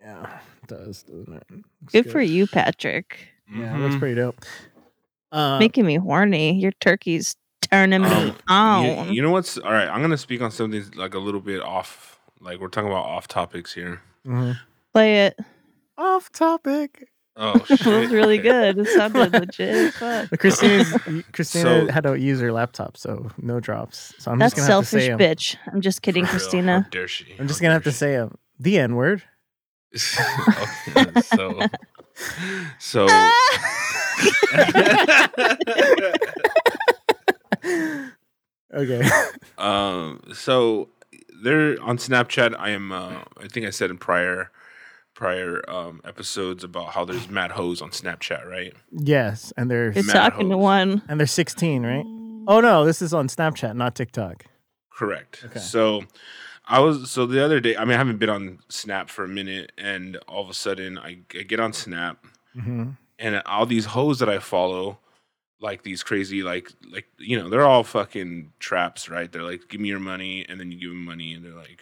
Speaker 3: Yeah, it does doesn't it? Looks
Speaker 2: Good for you, Patrick.
Speaker 3: Yeah, it looks
Speaker 1: Mhm.
Speaker 3: pretty dope. Uh, Oh,
Speaker 2: Making me horny. Your turkey's turning me
Speaker 1: Um,
Speaker 2: on.
Speaker 1: You, you know what's all right? I'm gonna speak on something like a little bit off. Like we're talking about off topics here.
Speaker 3: mhm.
Speaker 2: Play it.
Speaker 3: Off topic.
Speaker 1: Oh,
Speaker 2: It was
Speaker 1: shit.
Speaker 2: really
Speaker 1: Okay.
Speaker 2: good. It sounded legit. Fuck.
Speaker 3: Christina's, Christina
Speaker 1: So-
Speaker 3: had to use her laptop, so no drops. So I'm
Speaker 2: That's
Speaker 3: just gonna have to
Speaker 2: selfish,
Speaker 3: say 'em.
Speaker 2: bitch. I'm just kidding,
Speaker 1: For real,
Speaker 2: Christina.
Speaker 1: How dare she?
Speaker 3: I'm just
Speaker 1: How
Speaker 3: gonna
Speaker 1: dare
Speaker 3: have to
Speaker 1: she.
Speaker 3: say 'em. the N word.
Speaker 1: Okay, so, so.
Speaker 3: okay.
Speaker 1: um, so there on Snapchat, I am. Uh, I think I said in prior prior um, episodes about how there's mad hoes on Snapchat, right?
Speaker 3: Yes, and they're
Speaker 2: It's
Speaker 1: Mad
Speaker 2: talking to
Speaker 1: hoes.
Speaker 2: one.
Speaker 3: and they're 16, right? Oh no, this is on Snapchat, not TikTok.
Speaker 1: Correct.
Speaker 3: Okay.
Speaker 1: So I was so the other day. I mean, I haven't been on Snap for a minute, and all of a sudden, I, I get on Snap,
Speaker 3: hmm
Speaker 1: and all these hoes that I follow, like these crazy, like like you know, they're all fucking traps, right? They're like, give me your money, and then you give them money, and they're like,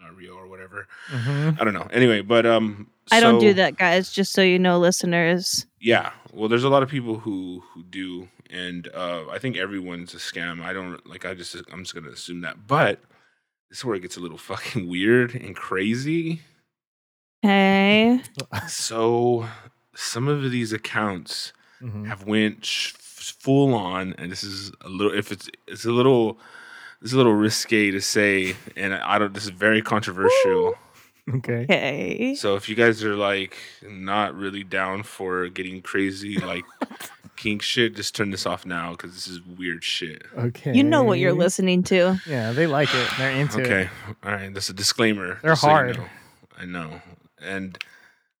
Speaker 1: not real or whatever.
Speaker 3: hmm
Speaker 1: I don't know. Anyway, but um,
Speaker 2: I don't do
Speaker 1: so-
Speaker 2: that, guys. Just so you know, listeners.
Speaker 1: Yeah, well, there's a lot of people who who do, and uh, I think everyone's a scam. I don't like. I just I'm just gonna assume that. But this is where it gets a little fucking weird and crazy.
Speaker 2: Hey,
Speaker 1: So some of these accounts
Speaker 3: Mm-hmm.
Speaker 1: have went sh- full on, and this is a little. If it's it's a little, it's a little risque to say, and I don't. This is very controversial.
Speaker 3: Okay.
Speaker 2: hey.
Speaker 1: So if you guys are like not really down for getting crazy like kink shit, just turn this off now because this is weird shit.
Speaker 3: Okay.
Speaker 2: You know what you're listening to.
Speaker 3: Yeah, they like it. They're into it
Speaker 1: Okay, all right. That's a disclaimer.
Speaker 3: They're
Speaker 1: just so you
Speaker 3: hard.
Speaker 1: know. I know. And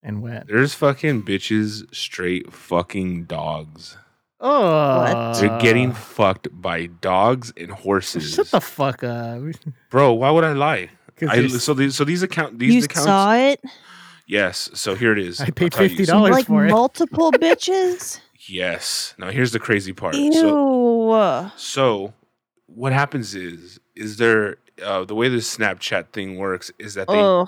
Speaker 3: and wet.
Speaker 1: there's fucking bitches, straight fucking dogs.
Speaker 3: Oh,
Speaker 1: They're getting fucked by dogs and horses.
Speaker 3: Shut the fuck up.
Speaker 1: Bro, why would I lie?
Speaker 3: 'Cause
Speaker 1: I,
Speaker 3: there's-
Speaker 1: so these so these account these
Speaker 2: You
Speaker 1: accounts
Speaker 2: saw it?
Speaker 1: yes. So here it is.
Speaker 3: I
Speaker 1: I'll
Speaker 3: paid
Speaker 1: tell you.
Speaker 3: $50
Speaker 1: So-
Speaker 3: Dollars
Speaker 2: Like
Speaker 3: for it.
Speaker 2: multiple bitches?
Speaker 1: Yes. Now here's the crazy part.
Speaker 2: Ew.
Speaker 1: So So what happens is is there uh, the way this Snapchat thing works is that they
Speaker 2: oh.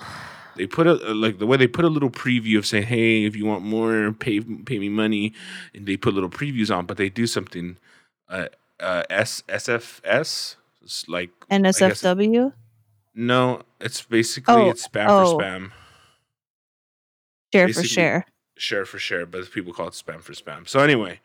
Speaker 1: they put a uh, like the way they put a little preview of saying hey if you want more pay pay me money and they put little previews on but they do something uh, uh S SFS it's like
Speaker 2: NSFW?
Speaker 1: no it's basically
Speaker 2: Oh,
Speaker 1: it's spam
Speaker 2: oh.
Speaker 1: for spam
Speaker 2: Share for
Speaker 1: basically-
Speaker 2: share.
Speaker 1: share for share but people call it spam for spam so anyway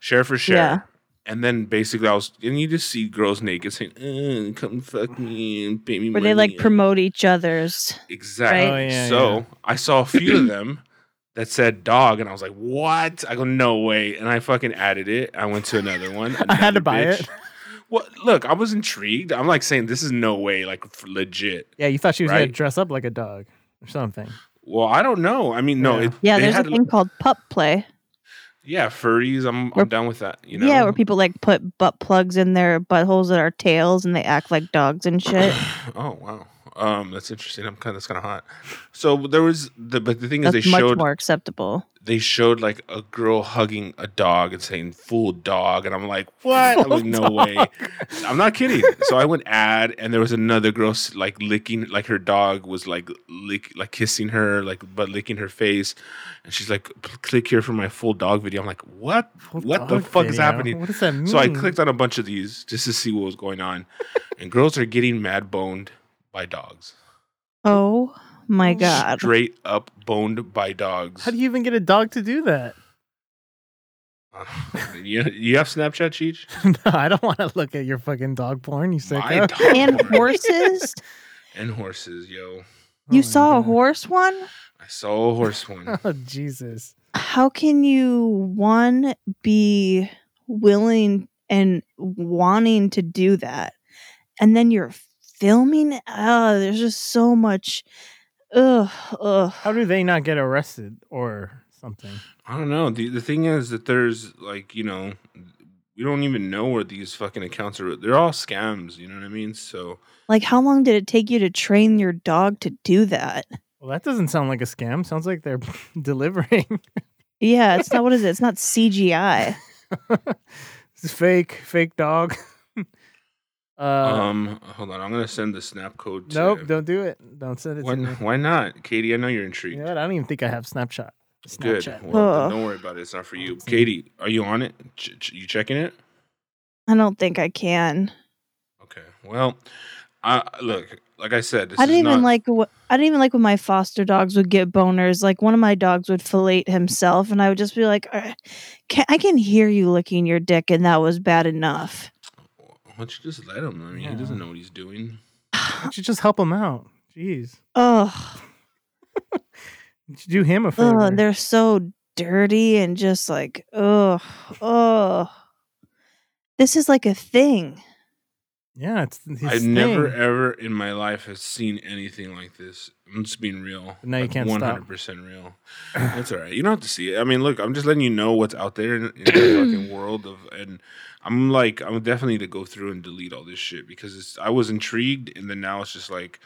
Speaker 1: share for share
Speaker 2: Yeah.
Speaker 1: And then basically, I was, and you just see girls naked saying, "Uh, "Come fuck me and pay me."
Speaker 2: Where they
Speaker 1: money."
Speaker 2: like promote each other's.
Speaker 1: Exactly.
Speaker 2: Right?
Speaker 3: Oh, yeah,
Speaker 1: so
Speaker 3: yeah.
Speaker 1: I saw a few of them that said dog, and I was like, "What?" I go, "No way!" And I fucking added it. I went to another one.
Speaker 3: I had
Speaker 1: another
Speaker 3: to buy
Speaker 1: bitch.
Speaker 3: it.
Speaker 1: Well, look, I was intrigued. I'm like saying, "This is no way, like f- legit."
Speaker 3: Yeah, you thought she was gonna
Speaker 1: Right?
Speaker 3: dress up like a dog or something.
Speaker 1: Well, I don't know. I mean, no,
Speaker 3: Yeah.
Speaker 1: it,
Speaker 2: Yeah,
Speaker 1: they
Speaker 2: there's
Speaker 1: had-
Speaker 2: a thing called pup play.
Speaker 1: Yeah, furries. I'm
Speaker 2: Where-
Speaker 1: I'm down with that. You know.
Speaker 2: Yeah, where people like put butt plugs in their buttholes that are tails and they act like dogs and shit.
Speaker 1: oh wow. Um, that's interesting. I'm kind of that's kind of hot. So there was the but the thing is
Speaker 2: That's
Speaker 1: they
Speaker 2: much
Speaker 1: showed
Speaker 2: more acceptable.
Speaker 1: they showed like a girl hugging a dog and saying "full dog," and I'm like, "What?" I'm like, "No way." I'm not kidding. so I went ad, and there was another girl s- like licking, like her dog was like lick, like kissing her, like but licking her face, and she's like, "P- "Click here for my full dog video." I'm like, "What? what the
Speaker 3: Dog
Speaker 1: fuck is
Speaker 3: video.
Speaker 1: happening?"
Speaker 3: What does that mean?
Speaker 1: So I clicked on a bunch of these just to see what was going on, and girls are getting mad boned by dogs.
Speaker 2: Oh my god.
Speaker 1: Straight up boned by dogs.
Speaker 3: How do you even get a dog to do that?
Speaker 1: you, you have Snapchat, Cheech?
Speaker 3: no, I don't want to look at your fucking dog porn. You sick?
Speaker 1: My dog
Speaker 2: and
Speaker 1: porn.
Speaker 2: horses?
Speaker 1: and horses, yo.
Speaker 2: You
Speaker 1: Oh
Speaker 2: saw a horse one?
Speaker 1: I saw a horse one.
Speaker 3: Oh Jesus!
Speaker 2: How can you one be willing and wanting to do that? And then you're filming? Oh, there's just so much ugh, ugh.
Speaker 3: How do they not get arrested or something?
Speaker 1: I don't know. The the thing is that there's like you know, we don't even know where these fucking accounts are. They're all scams. You know what I mean? So
Speaker 2: Like how long did it take you to train your dog to do that?
Speaker 3: Well, that doesn't sound like a scam. Sounds like they're delivering.
Speaker 2: Yeah, it's not what is it? It's not CGI.
Speaker 3: It's fake, fake dog. uh,
Speaker 1: um, hold on. I'm gonna send the snap code. To
Speaker 3: nope, don't do it. Don't send it
Speaker 1: Why,
Speaker 3: to me.
Speaker 1: why not, Katie? I know you're intrigued.
Speaker 3: You know what? I don't even think I have Snapchat.
Speaker 1: Good.
Speaker 3: Snapchat.
Speaker 1: Well,
Speaker 2: Ugh.
Speaker 1: then don't worry about it. It's not for you. Katie, are you on it? Ch- ch- you checking it?
Speaker 2: I don't think I can.
Speaker 1: Okay. Well, I look. Like I said, this
Speaker 2: I didn't
Speaker 1: is
Speaker 2: even
Speaker 1: not-
Speaker 2: like what I didn't even like when my foster dogs would get boners. Like one of my dogs would fellate himself, and I would just be like, "Ugh, can, "I can hear you licking your dick, and that was bad enough."
Speaker 1: Why don't you just let him? I mean,
Speaker 3: Yeah.
Speaker 1: he doesn't know what he's doing.
Speaker 3: Why don't you just help him out? Jeez,
Speaker 2: Ugh,
Speaker 3: you should do him a favor.
Speaker 2: ugh, Oh, they're so dirty and just like, ugh, ugh. This is like a thing.
Speaker 3: Yeah, it's his
Speaker 1: I've
Speaker 3: thing.
Speaker 1: never ever in my life have seen anything like this. I'm just being real.
Speaker 3: But now you
Speaker 1: Like,
Speaker 3: can't stop.
Speaker 1: 100% real. That's all right. You don't have to see it. I mean, look, I'm just letting you know what's out there in, in the fucking world of, and I'm like, I'm definitely to go through and delete all this shit because it's, I was intrigued, and then now it's just like,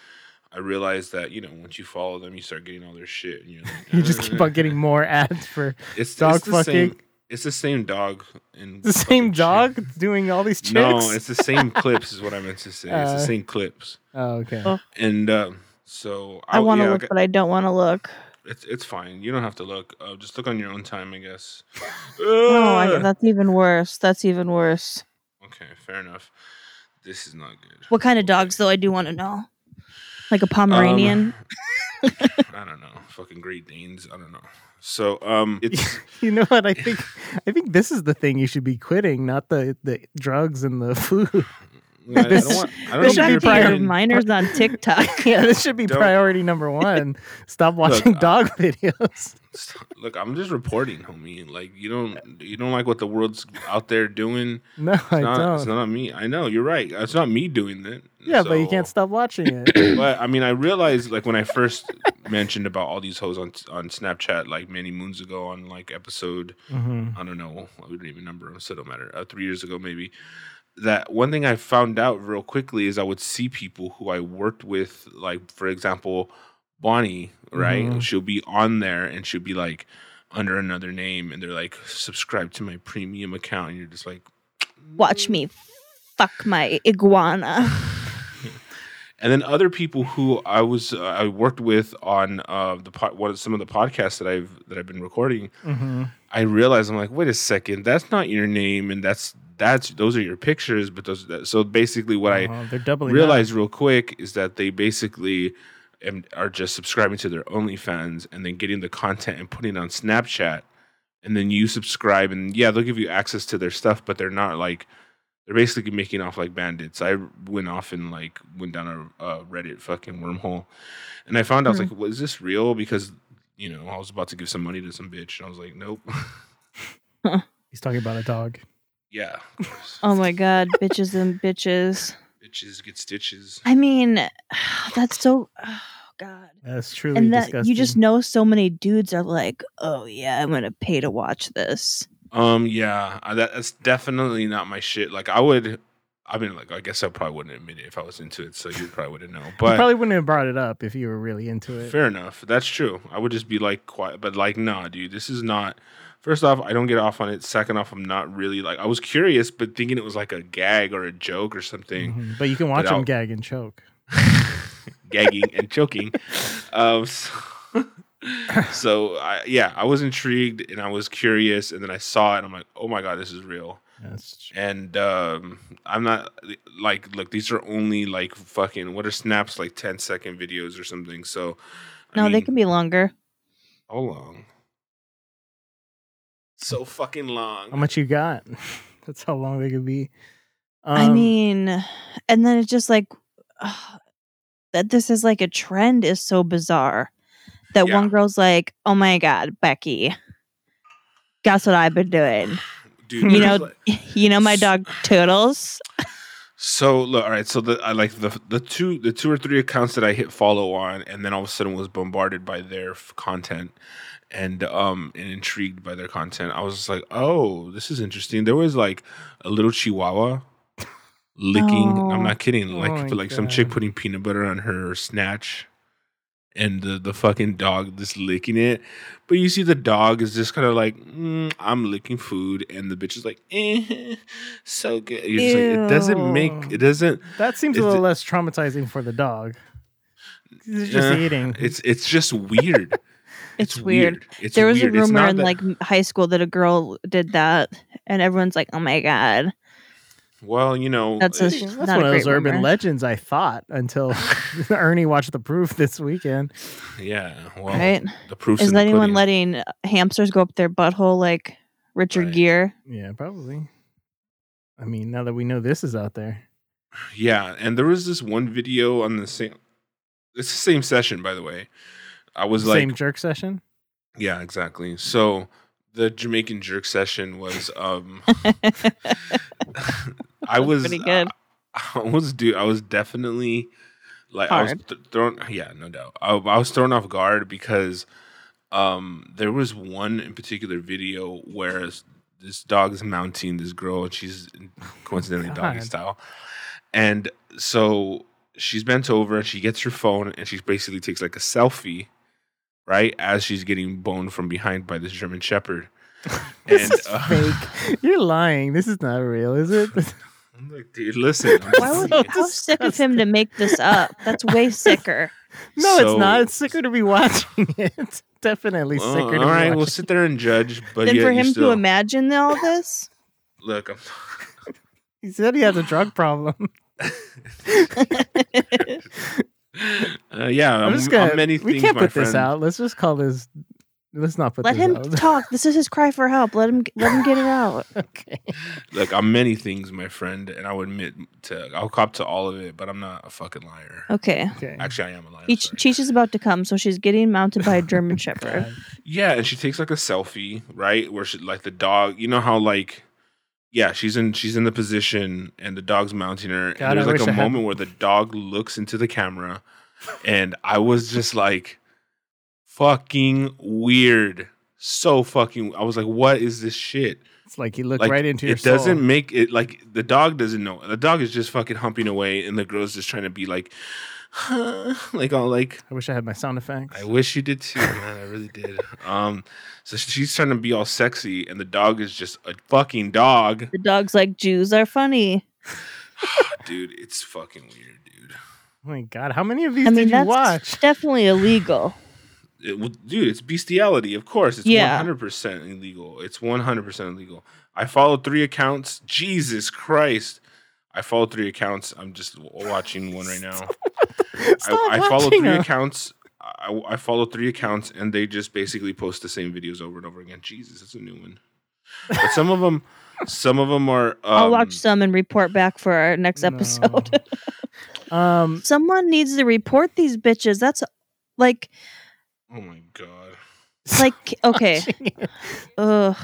Speaker 1: I realized that you know once you follow them, you start getting all their shit, and you're like,
Speaker 3: You just keep on getting more ads for
Speaker 1: It's it's
Speaker 3: dog
Speaker 1: the Same,
Speaker 3: fucking.
Speaker 1: it's the same dog. And
Speaker 3: the same
Speaker 1: fucking shit.
Speaker 3: dog doing all these chicks.
Speaker 1: No, it's the same clips, is what I meant to say. It's
Speaker 3: Uh,
Speaker 1: the same clips.
Speaker 3: oh, okay.
Speaker 2: Oh.
Speaker 1: And um, so
Speaker 2: I
Speaker 1: I'll-
Speaker 2: want to
Speaker 1: yeah,
Speaker 2: look,
Speaker 1: okay,
Speaker 2: but I don't want to look.
Speaker 1: It's it's fine. You don't have to look. Uh, just look on your own time, I guess.
Speaker 2: No, Oh, I,
Speaker 1: Ugh.
Speaker 2: that's even worse. That's even worse.
Speaker 1: Okay, fair enough. This is not good.
Speaker 2: What kind of dogs, though? I do want to know. Like a Pomeranian.
Speaker 1: Um, I don't know. Fucking Great Danes. I don't know. So um, it's
Speaker 3: You know what? I think I think this is the thing you should be quitting, not the the drugs and the food.
Speaker 1: I don't want. I don't
Speaker 2: This
Speaker 1: know
Speaker 2: should
Speaker 3: be
Speaker 1: if
Speaker 2: be
Speaker 1: you're
Speaker 3: prior-
Speaker 2: your
Speaker 1: in-
Speaker 2: minors on TikTok.
Speaker 3: yeah, this should be
Speaker 1: Don't- uh,
Speaker 3: priority number one. Stop watching
Speaker 1: I-
Speaker 3: dog videos.
Speaker 1: Look, I'm just reporting, homie. Like you don't you don't like what the world's out there doing.
Speaker 3: No, I
Speaker 1: It's not,
Speaker 3: don't.
Speaker 1: It's not on me. I know you're right. It's not me doing that.
Speaker 3: yeah, but you
Speaker 1: So-
Speaker 3: can't stop watching it.
Speaker 1: but I mean, I realized like when I first mentioned about all these hoes on on Snapchat like many moons ago on like episode
Speaker 3: Mhm.
Speaker 1: I don't know I wouldn't even number them so it don't matter uh, three years ago maybe that one thing I found out real quickly is I would see people who I worked with like for example Bonnie right
Speaker 3: Mhm.
Speaker 1: she'll be on there and she'll be like under another name and they're like subscribe to my premium account and you're just like
Speaker 2: Watch me fuck my iguana.
Speaker 1: and then other people who I was uh, I worked with on uh, the po- what some of the podcasts that I've that I've been recording.
Speaker 3: Mhm.
Speaker 1: I realized I'm like, wait a second, that's not your name, and that's that's those are your pictures, but those that, so basically what I
Speaker 3: Oh, they're doubling. up.
Speaker 1: realized real quick is that they basically am, are just subscribing to their OnlyFans and then getting the content and putting it on Snapchat, and then you subscribe and yeah, they'll give you access to their stuff, but they're not like they're basically making off like bandits. I went off and like went down a, a Reddit fucking wormhole, and I found out I was like, was this real? Because you know I was about to give some money to some bitch, and I was like, nope.
Speaker 3: He's talking about a dog.
Speaker 1: yeah, of course.
Speaker 2: Oh my god, bitches and bitches.
Speaker 1: bitches get stitches.
Speaker 2: I mean, that's so. Oh god.
Speaker 3: That's truly
Speaker 2: And that
Speaker 3: disgusting.
Speaker 2: you just know so many dudes are like, oh yeah, I'm gonna pay to watch this.
Speaker 1: Um, yeah, I- that, that's definitely not my shit. Like, I would, I mean, like, I guess I probably wouldn't admit it if I was into it, so you probably wouldn't know.
Speaker 3: you
Speaker 1: But
Speaker 3: probably wouldn't have brought it up if you were really into it.
Speaker 1: fair enough, that's true. I would just be like quiet, but like, nah, dude, this is not. First off, I don't get off on it. Second off, I'm not really like I was curious, but thinking it was like a gag or a joke or something.
Speaker 3: Mhm. But you can watch him
Speaker 1: I'll-
Speaker 3: gag and choke. Mm-hmm.
Speaker 1: gagging and choking. Um, so, so I, yeah, I was intrigued and I was curious, and then I saw it, and I'm like, oh my god, this is real.
Speaker 3: That's
Speaker 1: And um, I'm not like, look, these are only like fucking what are snaps like 10 second videos or something. So I
Speaker 2: No, they
Speaker 1: mean,
Speaker 2: can be longer.
Speaker 1: how long? So fucking long.
Speaker 3: how much you got. That's how long they could be.
Speaker 2: I
Speaker 3: Um,
Speaker 2: mean, and then it's just like ugh, that. This is like a trend is so bizarre that
Speaker 1: Yeah.
Speaker 2: one girl's like, oh my god, Becky. Guess what I've been doing?
Speaker 1: Dude,
Speaker 2: you
Speaker 1: there's,
Speaker 2: know-
Speaker 1: like-
Speaker 2: You know my dog Toodles.
Speaker 1: So look, all right. So the I like the the two the two or three accounts that I hit follow on, and then all of a sudden was bombarded by their f- content, and um and intrigued by their content. I was just like, oh, this is interesting. There was like a little chihuahua licking.
Speaker 2: Oh.
Speaker 1: I'm not kidding.
Speaker 3: Oh
Speaker 1: Like
Speaker 3: my
Speaker 1: like some chick
Speaker 3: God.
Speaker 1: putting peanut butter on her snatch, and the the fucking dog just licking it. But you see the dog is just kind of like, mm, I'm licking food, and the bitch is like, eh, so good. You're just like, it doesn't make
Speaker 3: Ew.
Speaker 1: it doesn't.
Speaker 3: That seems a
Speaker 1: Is
Speaker 3: little
Speaker 1: it-
Speaker 3: less traumatizing for the dog. He's just
Speaker 1: Yeah,
Speaker 3: eating.
Speaker 1: It's it's just weird.
Speaker 2: It's weird.
Speaker 1: It's
Speaker 2: there was
Speaker 1: weird.
Speaker 2: a
Speaker 1: It's
Speaker 2: rumor
Speaker 1: not
Speaker 2: in
Speaker 1: that-
Speaker 2: like m- high school that a girl did that, and everyone's like, "Oh my god!"
Speaker 1: well, you know,
Speaker 2: That's a-
Speaker 1: it-
Speaker 3: That's
Speaker 2: not
Speaker 3: one of
Speaker 2: great
Speaker 3: those urban
Speaker 2: rumor.
Speaker 3: legends I thought until Ernie watched the proof this weekend.
Speaker 1: yeah. Well,
Speaker 2: right?
Speaker 1: the proofs
Speaker 2: Is
Speaker 1: in the
Speaker 2: anyone
Speaker 1: pudding.
Speaker 2: letting uh, hamsters go up their butthole like Richard
Speaker 1: Right.
Speaker 2: Gere?
Speaker 3: Yeah, probably. I mean, now that we know this is out there.
Speaker 1: Yeah, and there was this one video on the same. It's the same session, by the way. I was
Speaker 3: Same
Speaker 1: like,
Speaker 3: jerk session?
Speaker 1: yeah, exactly. So the Jamaican jerk session was um I was
Speaker 2: pretty good.
Speaker 1: I, I was dude, I was definitely like I was
Speaker 2: Hard.
Speaker 1: th- thrown. Yeah, no doubt. I, I was thrown off guard because um there was one in particular video where s- this dog is mounting this girl, and she's coincidentally doggy
Speaker 3: God.
Speaker 1: style, and so she's bent over and she gets her phone and she basically takes like a selfie. Right as she's getting boned from behind by this German Shepherd,
Speaker 3: This
Speaker 1: And,
Speaker 3: is
Speaker 1: uh,
Speaker 3: fake. You're lying. This is not real, is it?
Speaker 1: I'm like, dude, listen. I'm
Speaker 2: Why would,
Speaker 1: seeing it."
Speaker 2: how sick of him to make this up? That's way sicker.
Speaker 3: No,
Speaker 1: So-
Speaker 3: it's not. It's sicker to be watching it. Definitely
Speaker 1: Well,
Speaker 3: sicker. to
Speaker 1: all right,
Speaker 3: be
Speaker 1: we'll
Speaker 3: watching.
Speaker 1: sit there and judge. But
Speaker 2: than
Speaker 1: yeah,
Speaker 2: for
Speaker 1: you
Speaker 2: him
Speaker 1: still,
Speaker 2: to imagine all this.
Speaker 1: look, I'm,
Speaker 3: He said he has a drug problem.
Speaker 1: uh, yeah, I'm,
Speaker 3: I'm just gonna.
Speaker 1: I'm many things.
Speaker 3: we can't
Speaker 1: my
Speaker 3: put this
Speaker 1: friend.
Speaker 3: out. Let's just call this. Let's not put
Speaker 2: Let
Speaker 3: this
Speaker 2: him
Speaker 3: out.
Speaker 2: talk. This is his cry for help. Let him let him get it out.
Speaker 3: okay.
Speaker 1: Look, I'm many things, my friend, and I would admit to, I'll cop to all of it, but I'm not a fucking liar.
Speaker 2: Okay.
Speaker 3: Okay.
Speaker 1: Actually, I am a liar.
Speaker 2: Each
Speaker 1: sorry.
Speaker 2: Cheech is about to come, so she's getting mounted by a German Shepherd.
Speaker 3: God.
Speaker 1: yeah, and she takes like a selfie, right? Where she like the dog. You know how like. Yeah, she's in she's in the position and the dog's mounting her.
Speaker 3: God, I
Speaker 1: and there's like
Speaker 3: wish
Speaker 1: a
Speaker 3: I had-
Speaker 1: moment where the dog looks into the camera and I was just like fucking weird. So fucking I was like, what is this shit?
Speaker 3: It's like he looked
Speaker 1: Like,
Speaker 3: right into your
Speaker 1: it doesn't
Speaker 3: soul.
Speaker 1: make it like the dog doesn't know. The dog is just fucking humping away, and the girl's just trying to be like, huh, like all like.
Speaker 3: I wish I had my sound effects.
Speaker 1: I wish you did too, man. I really did. Um, so she's trying to be all sexy, and the dog is just a fucking dog,
Speaker 2: The dog's like Jews are funny.
Speaker 1: dude. It's fucking weird, dude.
Speaker 3: oh my god, how many of these
Speaker 2: I mean,
Speaker 3: did you
Speaker 2: that's
Speaker 3: watch?
Speaker 2: definitely illegal.
Speaker 1: It, well, dude, it's bestiality. Of course, it's
Speaker 2: Yeah.
Speaker 1: one hundred percent illegal. It's one hundred percent illegal. I followed three accounts. Jesus Christ, I followed three accounts. I'm just w- watching one right now.
Speaker 3: Stop
Speaker 1: I, I follow
Speaker 3: watching
Speaker 1: three
Speaker 3: them.
Speaker 1: accounts. I, I follow three accounts, and they just basically post the same videos over and over again. Jesus, it's a new one. But some of them, some of them are. Um,
Speaker 2: I'll watch some and report back for our next episode.
Speaker 3: No. um,
Speaker 2: Someone needs to report these bitches. That's like
Speaker 1: Oh my god!
Speaker 2: like okay.
Speaker 3: watching it.
Speaker 2: Ugh.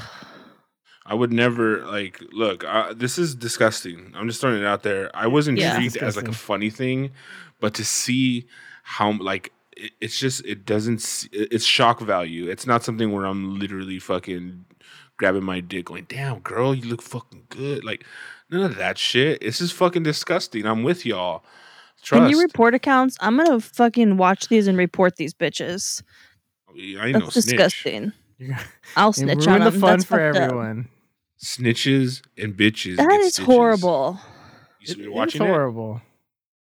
Speaker 1: I would never like look. I, this is disgusting. I'm just throwing it out there. I was
Speaker 2: Yeah.
Speaker 1: intrigued as like a
Speaker 3: Disgusting.
Speaker 1: funny thing, but to see how like it, it's just it doesn't. s- it- It's shock value. It's not something where I'm literally fucking grabbing my dick, going, "Damn, girl, you look fucking good." Like none of that shit. This is fucking disgusting. I'm with y'all.
Speaker 2: Can
Speaker 1: Trust.
Speaker 2: you report accounts? I'm gonna fucking watch these and report these bitches.
Speaker 1: I ain't no
Speaker 2: That's
Speaker 1: snitch.
Speaker 2: disgusting.
Speaker 3: You're
Speaker 2: I'll
Speaker 3: gonna
Speaker 2: snitch on
Speaker 3: ruin the
Speaker 2: them.
Speaker 3: fun
Speaker 2: That's
Speaker 3: for
Speaker 2: fucked up.
Speaker 3: everyone.
Speaker 1: Snitches and bitches.
Speaker 2: That
Speaker 1: get
Speaker 2: is
Speaker 1: stitches.
Speaker 2: horrible.
Speaker 1: You been
Speaker 3: It-
Speaker 1: watching
Speaker 3: it's
Speaker 1: it?
Speaker 3: horrible.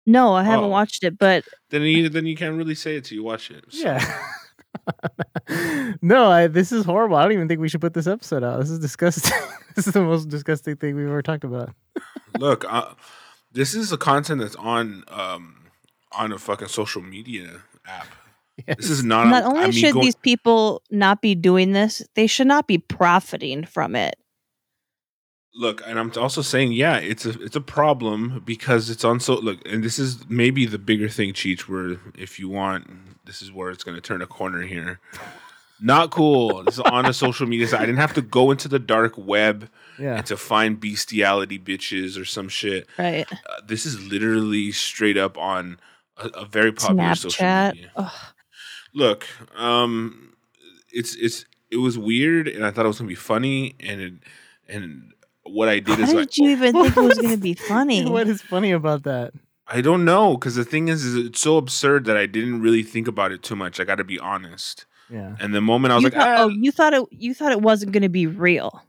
Speaker 2: No, I haven't
Speaker 1: Oh.
Speaker 2: watched it, but
Speaker 1: Then you then you can't really say it till you watch it. So-
Speaker 3: Yeah. no, I, this is horrible. I don't even think we should put this episode out. This is disgusting. this is the most disgusting thing we've ever talked about.
Speaker 1: Look, uh, this is the content that's on um on a fucking social media app. This is not.
Speaker 2: not only
Speaker 1: Um, I mean,
Speaker 2: should
Speaker 1: go-
Speaker 2: these people not be doing this, they should not be profiting from it.
Speaker 1: look, and I'm also saying, yeah, it's a it's a problem because it's on so look, and this is maybe the bigger thing, Cheech. Where if you want, this is where it's going to turn a corner here. Not cool. this is on a social media site. I didn't have to go into the dark web
Speaker 3: Yeah.
Speaker 1: to find bestiality bitches or some shit.
Speaker 2: Right.
Speaker 1: Uh, this is literally straight up on a, a very popular social
Speaker 2: Snapchat.
Speaker 1: media.
Speaker 2: Ugh.
Speaker 1: look um it's it's it was weird and i thought it was gonna be funny and it, and what i did
Speaker 2: How
Speaker 1: is
Speaker 2: did
Speaker 1: like
Speaker 2: you even think it was
Speaker 3: What?
Speaker 2: going to be funny?
Speaker 3: What is funny about that?
Speaker 1: i don't know because the thing is, is it's so absurd that i didn't really think about it too much i gotta be honest
Speaker 3: Yeah.
Speaker 1: and the moment i was
Speaker 2: you
Speaker 1: like
Speaker 2: thought,
Speaker 1: "Ah,
Speaker 2: oh, you thought it. You thought it wasn't going to be real.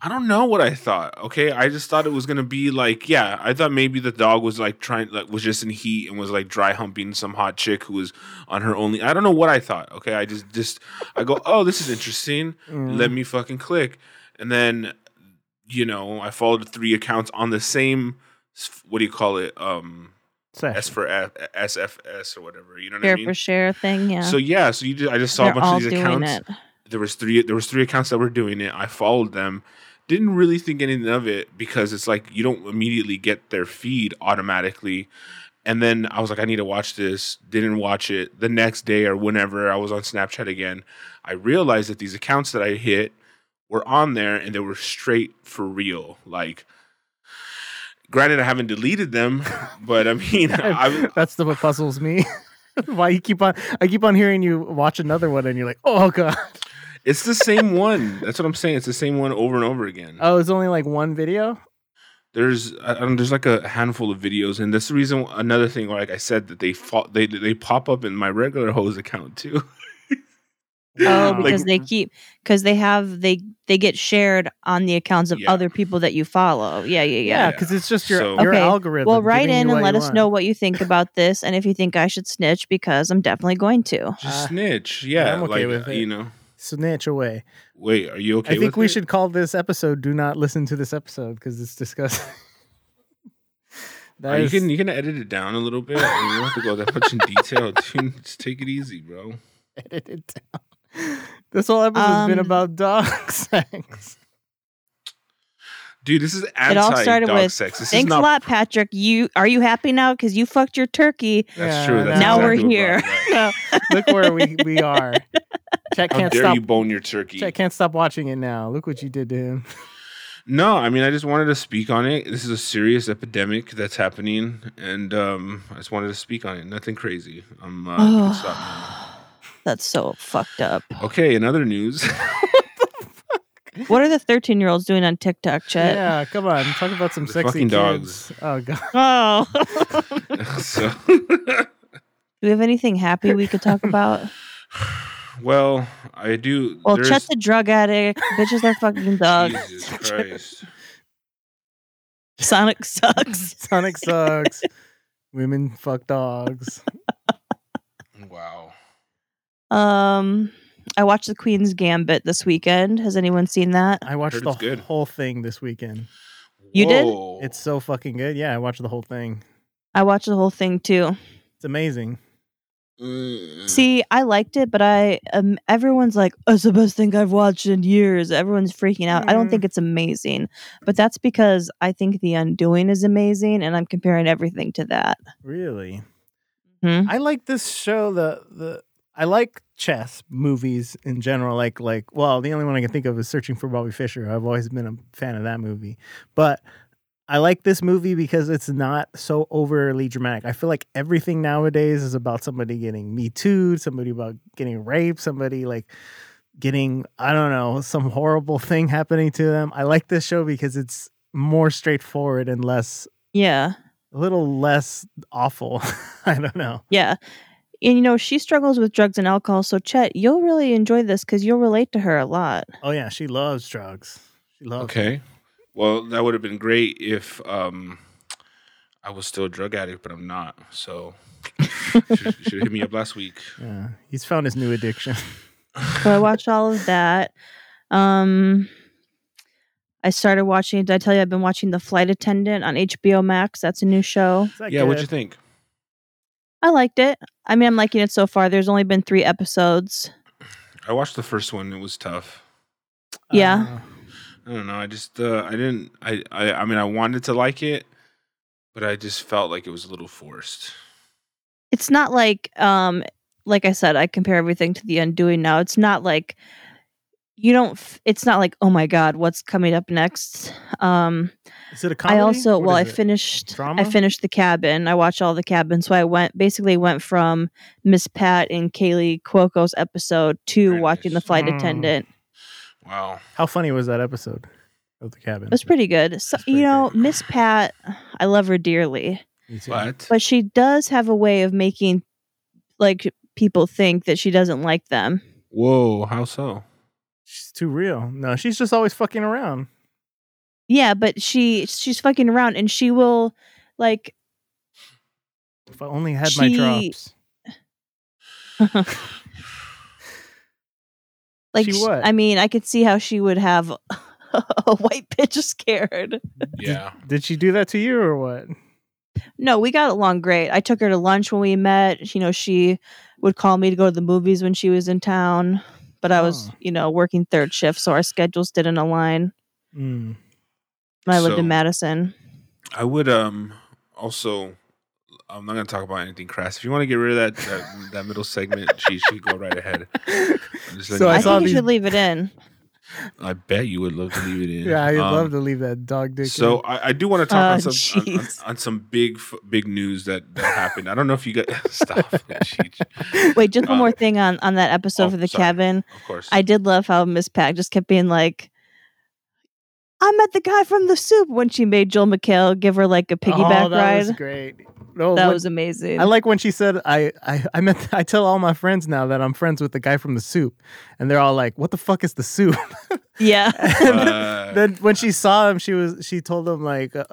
Speaker 1: i don't know what i thought okay i just thought it was gonna be like yeah i thought maybe the dog was like trying like was just in heat and was like dry humping some hot chick who was on her only i don't know what i thought okay i just just i go oh this is interesting
Speaker 3: Mm.
Speaker 2: Mm-hmm.
Speaker 1: let me fucking click and then you know i followed three accounts on the same s- what do you call it um
Speaker 3: Sorry.
Speaker 1: s for F, sfs or whatever you know what i
Speaker 2: Share
Speaker 1: mean
Speaker 2: for share thing. Yeah.
Speaker 1: so yeah so you just, i just saw a
Speaker 2: They're
Speaker 1: bunch
Speaker 2: all
Speaker 1: of these
Speaker 2: doing
Speaker 1: accounts
Speaker 2: it.
Speaker 1: there was three there was three accounts that were doing it i followed them didn't really think anything of it because it's like you don't immediately get their feed automatically and then i was like i need to watch this didn't watch it the next day or whenever i was on snapchat again i realized that these accounts that i hit were on there and they were straight for real like Granted, I haven't deleted them, but I mean, I,
Speaker 3: That's the what puzzles me. Why you keep on? I keep on hearing you watch another one, and you're like, "Oh god!"
Speaker 1: it's the same one. That's what I'm saying. It's the same one over and over again.
Speaker 3: Oh, it's only like one video.
Speaker 1: there's I don't, there's like a handful of videos, and that's the reason. Another thing, like I said, that they fought, they they pop up in my regular hose account too.
Speaker 2: Oh,
Speaker 3: Wow.
Speaker 2: because
Speaker 1: Like-
Speaker 2: they keep because they have they they get shared on the accounts of
Speaker 1: Yeah.
Speaker 2: other people that you follow. Yeah, yeah, yeah.
Speaker 3: Yeah, because it's just your
Speaker 1: So-
Speaker 3: your
Speaker 2: Okay,
Speaker 3: algorithm.
Speaker 2: Well, write
Speaker 3: giving you
Speaker 2: in
Speaker 3: what
Speaker 2: and let
Speaker 3: you
Speaker 2: us
Speaker 3: want.
Speaker 2: know what you think about this, and if you think I should snitch, because I'm definitely going to.
Speaker 1: Just
Speaker 3: Uh,
Speaker 1: snitch, yeah.
Speaker 3: I'm okay
Speaker 1: like
Speaker 3: with it.
Speaker 1: you know.
Speaker 3: Snitch away.
Speaker 1: Wait, are you okay?
Speaker 3: I think
Speaker 1: with
Speaker 3: we
Speaker 1: it?
Speaker 3: should call this episode "Do Not Listen to This Episode" because it's disgusting.
Speaker 1: Uh,
Speaker 3: That
Speaker 1: you
Speaker 3: is-
Speaker 1: can you can edit it down a little bit. I mean, you don't have to go that much in detail. Dude, just take it easy, bro.
Speaker 3: edit it down. This whole episode's been
Speaker 2: Um,
Speaker 3: about dog sex.
Speaker 1: Dude, this is anti
Speaker 2: It all started
Speaker 1: dog
Speaker 2: with,
Speaker 1: sex. This
Speaker 2: Thanks
Speaker 1: is not
Speaker 2: a lot, Patrick. You are you happy now? Because you fucked your turkey.
Speaker 1: That's
Speaker 3: Yeah,
Speaker 1: true. That's
Speaker 2: Now
Speaker 3: no.
Speaker 2: we're
Speaker 1: exactly what
Speaker 2: here.
Speaker 1: brought it
Speaker 3: No, look where we, we are. Chet
Speaker 1: up. How
Speaker 3: can't
Speaker 1: dare
Speaker 3: stop.
Speaker 1: you bone your turkey?
Speaker 3: Chet can't stop watching it now. Look what you did to him.
Speaker 1: No, I mean I just wanted to speak on it. This is a serious epidemic that's happening, and um, I just wanted to speak on it. Nothing crazy. I'm uh, gonna stop now.
Speaker 2: That's so fucked up.
Speaker 1: okay. In other news,
Speaker 2: What are the 13 year olds doing on TikTok, Chet?
Speaker 3: Yeah, come on. Talk about some
Speaker 1: The
Speaker 3: sexy
Speaker 1: fucking
Speaker 3: kids.
Speaker 1: dogs.
Speaker 3: Oh god.
Speaker 2: Oh,
Speaker 1: so
Speaker 2: do we have anything happy we could talk about?
Speaker 1: well, I do.
Speaker 2: Well,
Speaker 1: there's-
Speaker 2: Chet's a drug addict. Bitches are fucking dogs.
Speaker 1: Jesus Christ.
Speaker 2: Sonic sucks.
Speaker 3: Sonic sucks. Women fuck dogs.
Speaker 1: Wow.
Speaker 2: Um, I watched The Queen's Gambit this weekend. Has anyone seen that?
Speaker 3: I watched
Speaker 1: Heard
Speaker 3: the
Speaker 1: it's good.
Speaker 3: whole thing this weekend.
Speaker 2: You did?
Speaker 1: Whoa.
Speaker 3: It's so fucking good. Yeah, I watched the whole thing.
Speaker 2: I watched the whole thing too.
Speaker 3: It's amazing.
Speaker 1: Mm.
Speaker 2: See, I liked it, but I um, everyone's like, oh, "It's the best thing I've watched in years." Everyone's freaking out. I don't
Speaker 3: Mm.
Speaker 2: think it's amazing, but that's because I think The Undoing is amazing, and I'm comparing everything to that.
Speaker 3: Really.
Speaker 2: Hmm?
Speaker 3: I like this show. The the I like chess movies in general. Like like well, the only one I can think of is Searching for Bobby Fischer. I've always been a fan of that movie, but I like this movie because it's not so overly dramatic. I feel like everything nowadays is about somebody getting me too, somebody about getting raped, somebody like getting I don't know some horrible thing happening to them. I like this show because it's more straightforward and less
Speaker 2: Yeah,
Speaker 3: a little less awful. I don't know.
Speaker 2: yeah. And you know, she struggles with drugs and alcohol, so Chet, you'll really enjoy this because you'll relate to her a lot.
Speaker 3: Oh yeah, she loves drugs. She loves.
Speaker 1: Okay. Well, that would have been great if um, I was still a drug addict, but I'm not. So should should hit me up last week.
Speaker 3: Yeah, he's found his new addiction.
Speaker 2: So I watched all of that. Um, I started watching. Did I tell you I've been watching The Flight Attendant on HBO Max? That's a new show.
Speaker 3: Is that
Speaker 1: yeah, what'd you
Speaker 3: good?
Speaker 1: think?
Speaker 2: I liked it. I mean, I'm liking it so far. There's only been three episodes.
Speaker 1: I watched the first one. It was tough.
Speaker 2: Yeah.
Speaker 1: I don't know. I just uh, I didn't. I, I I mean I wanted to like it, but I just felt like it was a little forced.
Speaker 2: It's not like, um, like I said, I compare everything to The Undoing now. It's not like you don't. F- it's not like oh my god, what's coming up next? Um,
Speaker 3: Uh, is it a comedy?
Speaker 2: I also
Speaker 3: What
Speaker 2: well, I
Speaker 3: is it?
Speaker 2: finished.
Speaker 3: Drama?
Speaker 2: I finished the cabin. I watched all the cabin, so I went basically went from Miss Pat and Kaylee Cuoco's episode to
Speaker 1: Very
Speaker 2: watching
Speaker 1: nice.
Speaker 2: the flight
Speaker 3: Mm.
Speaker 2: attendant.
Speaker 1: Wow.
Speaker 3: How funny was that episode of the cabin?
Speaker 2: It was pretty good. So
Speaker 3: That's pretty
Speaker 2: you know,
Speaker 3: good.
Speaker 2: Miss Pat, I love her dearly,
Speaker 3: Me too.
Speaker 1: But
Speaker 2: but she does have a way of making like people think that she doesn't like them.
Speaker 1: whoa, how so?
Speaker 3: she's too real. No, she's just always fucking around.
Speaker 2: Yeah, but she she's fucking around and she will like
Speaker 3: If I only had my
Speaker 2: She-
Speaker 3: drops.
Speaker 2: like
Speaker 3: She what?
Speaker 2: I mean, I could see how she would have a white bitch scared.
Speaker 1: Yeah.
Speaker 3: Did she do that to you or what?
Speaker 2: No, we got along great. I took her to lunch when we met. You know, she would call me to go to the movies when she was in town, but I was,
Speaker 3: Oh.
Speaker 2: you know, working third shift, so our schedules didn't align.
Speaker 3: Mm.
Speaker 2: And I lived
Speaker 1: So-
Speaker 2: in Madison.
Speaker 1: I would um also I'm not gonna talk about anything crass. If you want to get rid of that that, that middle segment, she should go right ahead. I'm just letting
Speaker 3: So I
Speaker 2: I,
Speaker 1: you-
Speaker 3: saw
Speaker 2: think you
Speaker 3: these-
Speaker 2: should leave it in.
Speaker 1: I bet you would love to leave it in.
Speaker 3: Yeah, I'd
Speaker 1: Um,
Speaker 3: love to leave that dog dick.
Speaker 1: So
Speaker 3: in.
Speaker 1: I, I do want to talk on some
Speaker 2: Oh,
Speaker 1: on, on-
Speaker 2: jeez.
Speaker 1: on some big f- big news that that happened. I don't know if you got stop. Jeez.
Speaker 2: Wait, just one
Speaker 1: Uh,
Speaker 2: more thing on on that episode
Speaker 1: oh,
Speaker 2: for the
Speaker 1: sorry.
Speaker 2: cabin.
Speaker 1: Of course,
Speaker 2: I did love how Miss Pack just kept being like, "I met the guy from the soup" when she made Joel McHale give her like a piggyback
Speaker 3: oh, that
Speaker 2: ride.
Speaker 3: was great. No,
Speaker 2: that
Speaker 3: when-
Speaker 2: was amazing.
Speaker 3: I like when she said, "I I I meant I tell all my friends now that I'm friends with the guy from the soup," and they're all like, "What the fuck is the soup?"
Speaker 2: yeah,
Speaker 3: And then-
Speaker 1: Uh,
Speaker 3: then when she saw him, she was she told him like, uh,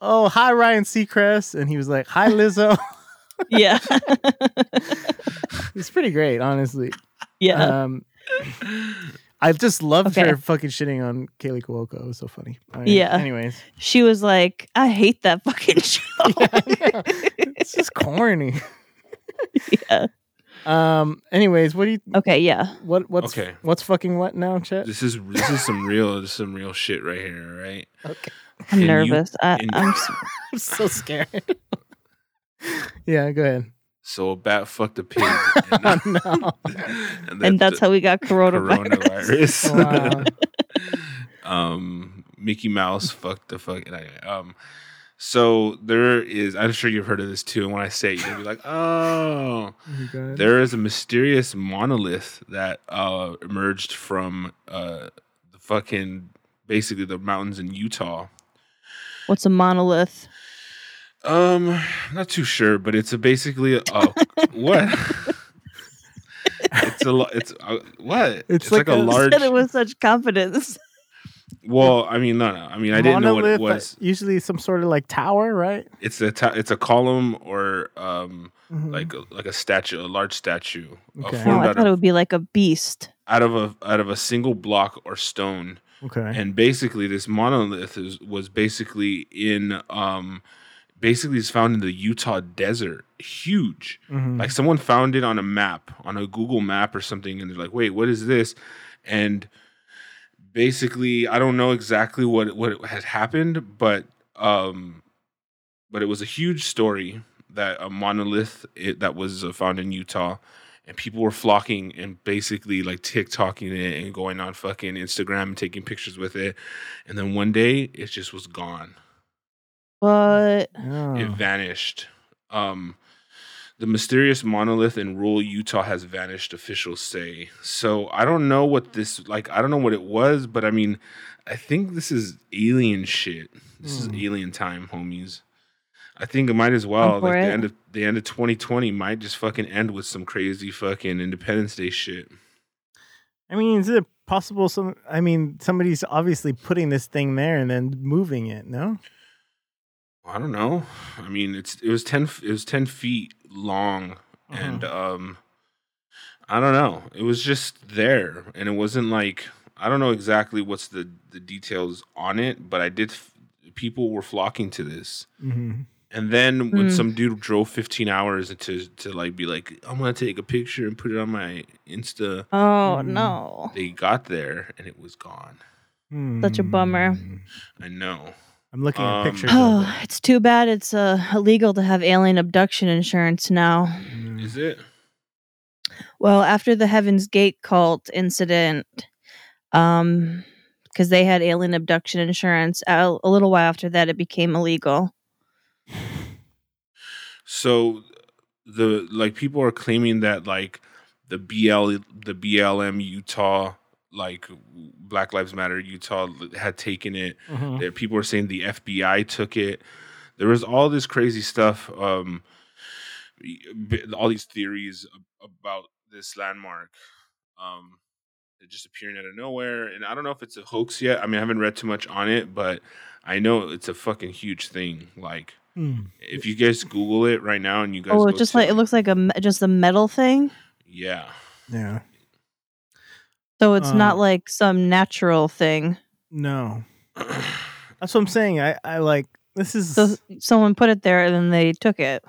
Speaker 3: "Oh, hi Ryan Seacrest," and he was like, "Hi Lizzo."
Speaker 2: yeah,
Speaker 3: it's pretty great, honestly.
Speaker 2: yeah.
Speaker 3: Um, I just loved
Speaker 2: Okay.
Speaker 3: her fucking shitting on Kaylee Cuoco. It was so funny. All right,
Speaker 2: Yeah.
Speaker 3: Anyways,
Speaker 2: she was like, "I hate that fucking show."
Speaker 3: it's just corny.
Speaker 2: Yeah.
Speaker 3: Um. Anyways, what do you
Speaker 2: okay, yeah.
Speaker 3: what what's
Speaker 1: Okay.
Speaker 3: what's fucking what now, Chet?
Speaker 1: this is this is some real this is some real shit right here. Right?
Speaker 3: Okay.
Speaker 2: I'm
Speaker 1: And you-
Speaker 2: nervous. I,
Speaker 1: and-
Speaker 2: I'm s-
Speaker 3: I'm so scared. yeah. Go ahead.
Speaker 1: So a bat fucked a pig,
Speaker 3: Oh,
Speaker 1: and,
Speaker 3: no.
Speaker 1: and
Speaker 2: and that's how we got coronavirus.
Speaker 1: coronavirus.
Speaker 3: Wow.
Speaker 1: um, Mickey Mouse fucked the fuck. Um, so there is. I'm sure you've heard of this too. And when I say, it, you're gonna be like, oh.
Speaker 3: You go ahead.
Speaker 1: There is a mysterious monolith that uh, emerged from uh, the fucking basically the mountains in Utah.
Speaker 2: What's a monolith?
Speaker 1: Um, not too sure, but it's a basically a, a- what? it's a lo- it's uh what? It's, like,
Speaker 3: like
Speaker 1: a,
Speaker 3: a-
Speaker 2: You
Speaker 1: large.
Speaker 2: said it with such confidence.
Speaker 1: well, I mean, no, no. I mean, I didn't know what it
Speaker 3: Monolith, uh,
Speaker 1: was.
Speaker 3: Usually some sort of like tower, right?
Speaker 1: It's a ta- it's a column or um
Speaker 3: Mhm.
Speaker 1: like a, like a statue, a large statue uh,
Speaker 3: Okay.
Speaker 2: No,
Speaker 1: formed
Speaker 2: Oh, I
Speaker 1: out
Speaker 2: thought it
Speaker 1: of,
Speaker 2: would be like a beast.
Speaker 1: out of a out of a single block or stone.
Speaker 3: okay.
Speaker 1: and basically this monolith is, was basically in um basically is found in the utah desert huge
Speaker 3: Mhm.
Speaker 1: like someone found it on a map on a google map or something and they're like wait what is this and basically i don't know exactly what what had happened but um but it was a huge story that a monolith it, that was uh, found in utah and people were flocking and basically like TikToking it and going on fucking Instagram and taking pictures with it. And then one day it just was gone.
Speaker 2: But
Speaker 3: Oh.
Speaker 2: Hmm.
Speaker 1: It vanished. Um, the mysterious monolith in rural Utah has vanished, officials say. So I don't know what this like. I don't know what it was, but I mean, I think this is alien shit. This
Speaker 3: Hmm.
Speaker 1: is alien time, homies. I think it might as well.
Speaker 2: I'm for
Speaker 1: Like the
Speaker 2: it.
Speaker 1: end of the end of 2020 might just fucking end with some crazy fucking Independence Day shit.
Speaker 3: I mean, is it possible? Some, I mean, somebody's obviously putting this thing there and then moving it. No,
Speaker 1: I don't know. I mean, it's it was ten f- it was ten feet long,
Speaker 3: Mm-hmm.
Speaker 1: and um, I don't know. It was just there, and it wasn't like I don't know exactly what's the the details on it, but I did. F- people were flocking to this,
Speaker 3: hmm
Speaker 1: and then when
Speaker 2: Hmm.
Speaker 1: some dude drove fifteen hours to to like be like, I'm gonna take a picture and put it on my Insta.
Speaker 2: oh
Speaker 3: Mm.
Speaker 2: no.
Speaker 1: They got there and it was gone.
Speaker 2: Such a bummer.
Speaker 1: I know.
Speaker 3: Mm-hmm. I'm looking
Speaker 1: Um,
Speaker 3: at pictures. of
Speaker 2: Oh, it's too bad it's uh, illegal to have alien abduction insurance now.
Speaker 3: it. Mm.
Speaker 1: Is it?
Speaker 2: Well, after the Heaven's Gate cult incident, um, because they had alien abduction insurance, a, a little while after that, it became illegal.
Speaker 1: So the like people are claiming that like the BL the BLM Utah like Black Lives Matter Utah had taken it.
Speaker 3: Mhm.
Speaker 1: That people are saying the FBI took it. There was all this crazy stuff. Um, b- all these theories ab- about this landmark. Um, they're just appearing out of nowhere, and I don't know if it's a hoax yet. I mean, I haven't read too much on it, but I know it's a fucking huge thing. Like,
Speaker 3: Mm.
Speaker 1: if you guys Google it right now and you guys,
Speaker 2: Oh,
Speaker 1: go
Speaker 2: it's just
Speaker 1: to
Speaker 2: like it looks like a me- just a metal thing.
Speaker 1: Yeah,
Speaker 3: Yeah.
Speaker 2: So it's not
Speaker 3: Um,
Speaker 2: like some natural thing.
Speaker 3: No, that's what I'm saying. I, I like this is.
Speaker 2: So someone put it there and then they took it.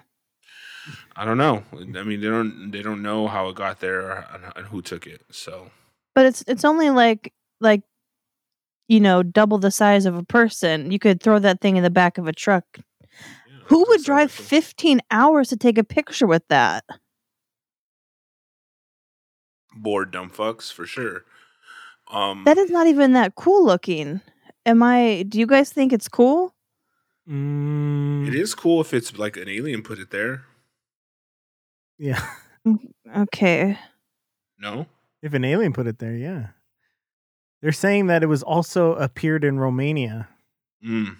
Speaker 1: I don't know. I mean, they don't they don't know how it got there or, and- and who took it. So
Speaker 2: But it's it's only like like you know double the size of a person. You could throw that thing in the back of a truck.
Speaker 1: yeah,
Speaker 2: Who
Speaker 1: that's
Speaker 2: would
Speaker 1: not
Speaker 2: drive
Speaker 1: something.
Speaker 2: 15 hours to take a picture with that?
Speaker 1: Bored dumb fucks for sure. Um,
Speaker 2: That is not even that cool looking. Am I? Do you guys think it's cool?
Speaker 3: Mm,
Speaker 1: it is cool if it's like an alien put it there.
Speaker 3: Yeah.
Speaker 2: Okay.
Speaker 1: No,
Speaker 3: If an alien put it there, yeah. They're saying that it was also appeared in Romania.
Speaker 1: mm.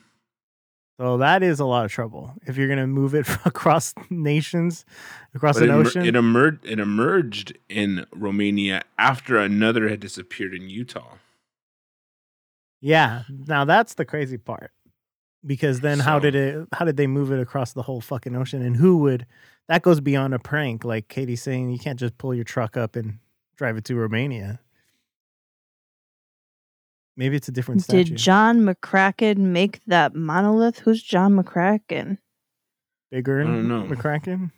Speaker 3: So that is a lot of trouble if you're going to move it across nations, across
Speaker 1: but it,
Speaker 3: an
Speaker 1: emer-
Speaker 3: ocean.
Speaker 1: it emerged. It emerged in Romania after another had disappeared in Utah.
Speaker 3: yeah. Now that's the crazy part. Because then how
Speaker 1: So-
Speaker 3: did it how did they move it across the whole fucking ocean and who would that goes beyond a prank like Katie's saying you can't just pull your truck up and drive it to Romania. Maybe it's a different statue.
Speaker 2: Did John McCracken make that monolith? Who's John McCracken?
Speaker 3: Bigger
Speaker 1: I don't know.
Speaker 3: McCracken?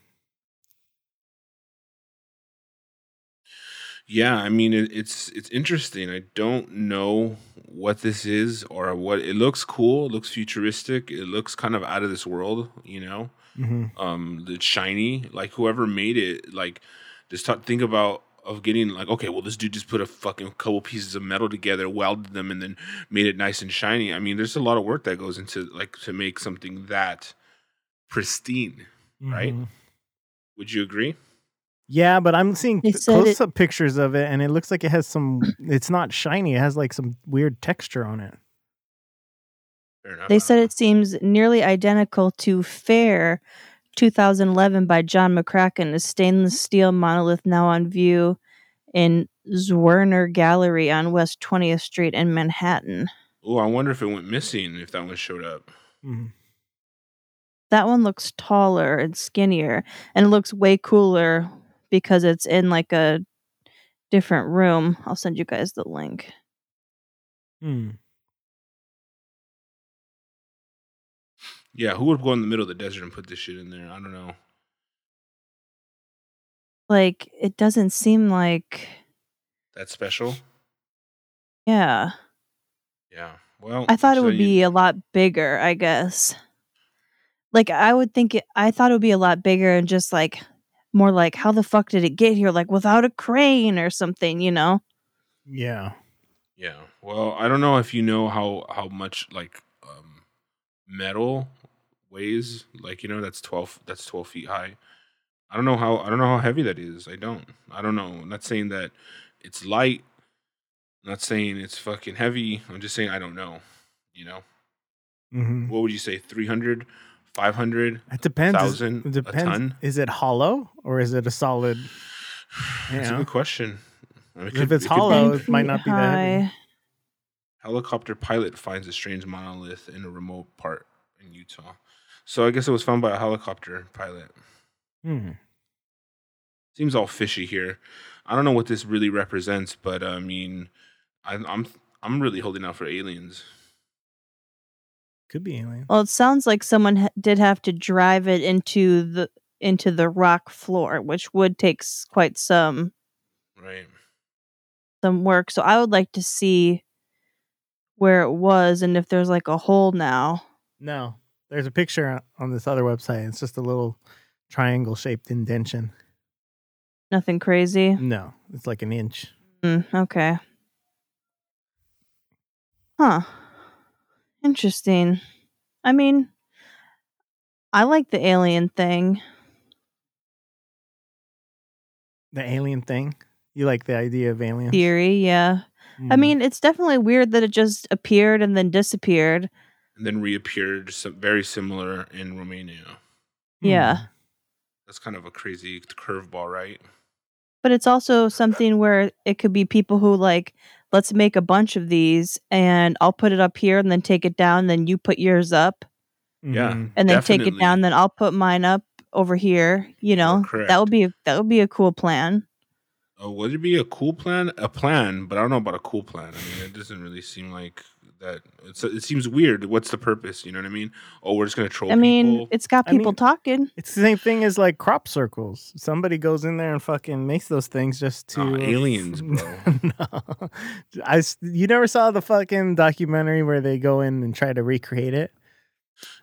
Speaker 1: Yeah, I mean it, it's it's interesting. I don't know what this is or what it looks cool. It looks futuristic. It looks kind of out of this world. You know,
Speaker 3: Mm-hmm.
Speaker 1: um, it's shiny. Like whoever made it, like just talk, think about of getting like okay, well this dude just put a fucking couple pieces of metal together, welded them, and then made it nice and shiny. I mean, there's a lot of work that goes into like to make something that pristine. Right?
Speaker 3: Mm-hmm.
Speaker 1: Would you agree?
Speaker 3: Yeah, but I'm seeing
Speaker 2: They said it-
Speaker 3: close up pictures of it, and it looks like it has some. It's not shiny. It has like some weird texture on it.
Speaker 1: Fair enough.
Speaker 2: They said it seems nearly identical to Fair 2011 by John McCracken, a stainless steel monolith now on view in Zwerner Gallery on West 20th Street in Manhattan.
Speaker 1: Oh, I wonder if it went missing if that one showed up.
Speaker 3: Mm-hmm.
Speaker 2: That one looks taller and skinnier and it looks way cooler because it's in like a different room. I'll send you guys the link.
Speaker 3: Hmm.
Speaker 1: Yeah, who would go in the middle of the desert and put this shit in there? I don't know.
Speaker 2: Like it doesn't seem like
Speaker 1: That's special.
Speaker 2: yeah.
Speaker 1: Yeah. Well,
Speaker 2: I thought it
Speaker 1: so
Speaker 2: would
Speaker 1: you-
Speaker 2: be uh, a lot bigger, I guess. Like I would think it, I thought it would be a lot bigger and just like more like how the fuck did it get here like without a crane or something, you know?
Speaker 3: Yeah.
Speaker 1: Yeah. Well, I don't know if you know how how much like um metal weighs. Like you know that's twelve that's twelve feet high. I don't know how I don't know how heavy that is. I don't. I don't know. I'm not saying that it's light. I'm not saying it's fucking heavy. I'm just saying I don't know. You know
Speaker 3: hmm
Speaker 1: what would you say? 300, 500,
Speaker 3: It depends. Is-
Speaker 1: Thousand,
Speaker 3: it
Speaker 1: a
Speaker 3: depends.
Speaker 1: ton?
Speaker 3: Is it hollow or is it a solid?
Speaker 1: That's a
Speaker 3: Yeah.
Speaker 1: good question. I mean, it
Speaker 3: If it's
Speaker 1: it
Speaker 3: hollow,
Speaker 1: be-
Speaker 3: it might not be that heavy.
Speaker 2: high.
Speaker 1: helicopter pilot finds a strange monolith in a remote part in Utah. So I guess it was found by a helicopter pilot.
Speaker 3: Hmm.
Speaker 1: Seems all fishy here. I don't know what this really represents, but uh, I mean, I, I'm I'm really holding out for aliens.
Speaker 3: Could be alien.
Speaker 2: Well, it sounds like someone ha- did have to drive it into the into the rock floor, which would take s- quite some
Speaker 1: Right.
Speaker 2: some work. So I would like to see where it was and if there's like a hole now.
Speaker 3: No, there's a picture on this other website. It's just a little triangle shaped indention.
Speaker 2: Nothing crazy.
Speaker 3: No, it's like an inch.
Speaker 2: Mm, okay. Huh. Interesting. I mean, I like the alien thing.
Speaker 3: The alien thing. You like the idea of aliens?
Speaker 2: Theory, yeah. I
Speaker 3: Hmm.
Speaker 2: mean, it's definitely weird that it just appeared and then disappeared.
Speaker 1: And then reappeared some, very similar in Romania.
Speaker 2: yeah.
Speaker 1: That's kind of a crazy curveball, right?
Speaker 2: But it's also something where it could be people who like, let's make a bunch of these and I'll put it up here and then take it down, then you put yours up
Speaker 1: Yeah.
Speaker 3: Mhm.
Speaker 2: and then take it
Speaker 1: Definitely.
Speaker 2: down, then I'll put mine up over here, you know.
Speaker 1: correct.
Speaker 2: that would be that would be a cool plan.
Speaker 1: Uh, would it be a cool plan? A plan, but I don't know about a cool plan. I mean, it doesn't really seem like that. It's, it seems weird. What's the purpose? You know what I mean? Oh, we're just gonna troll.
Speaker 2: I mean,
Speaker 1: people.
Speaker 2: it's got
Speaker 3: I mean-
Speaker 2: people talking.
Speaker 3: It's the same thing as like crop circles. Somebody goes in there and fucking makes those things just to
Speaker 1: Nah, aliens, bro.
Speaker 3: no, I s- you never saw the fucking documentary where they go in and try to recreate it.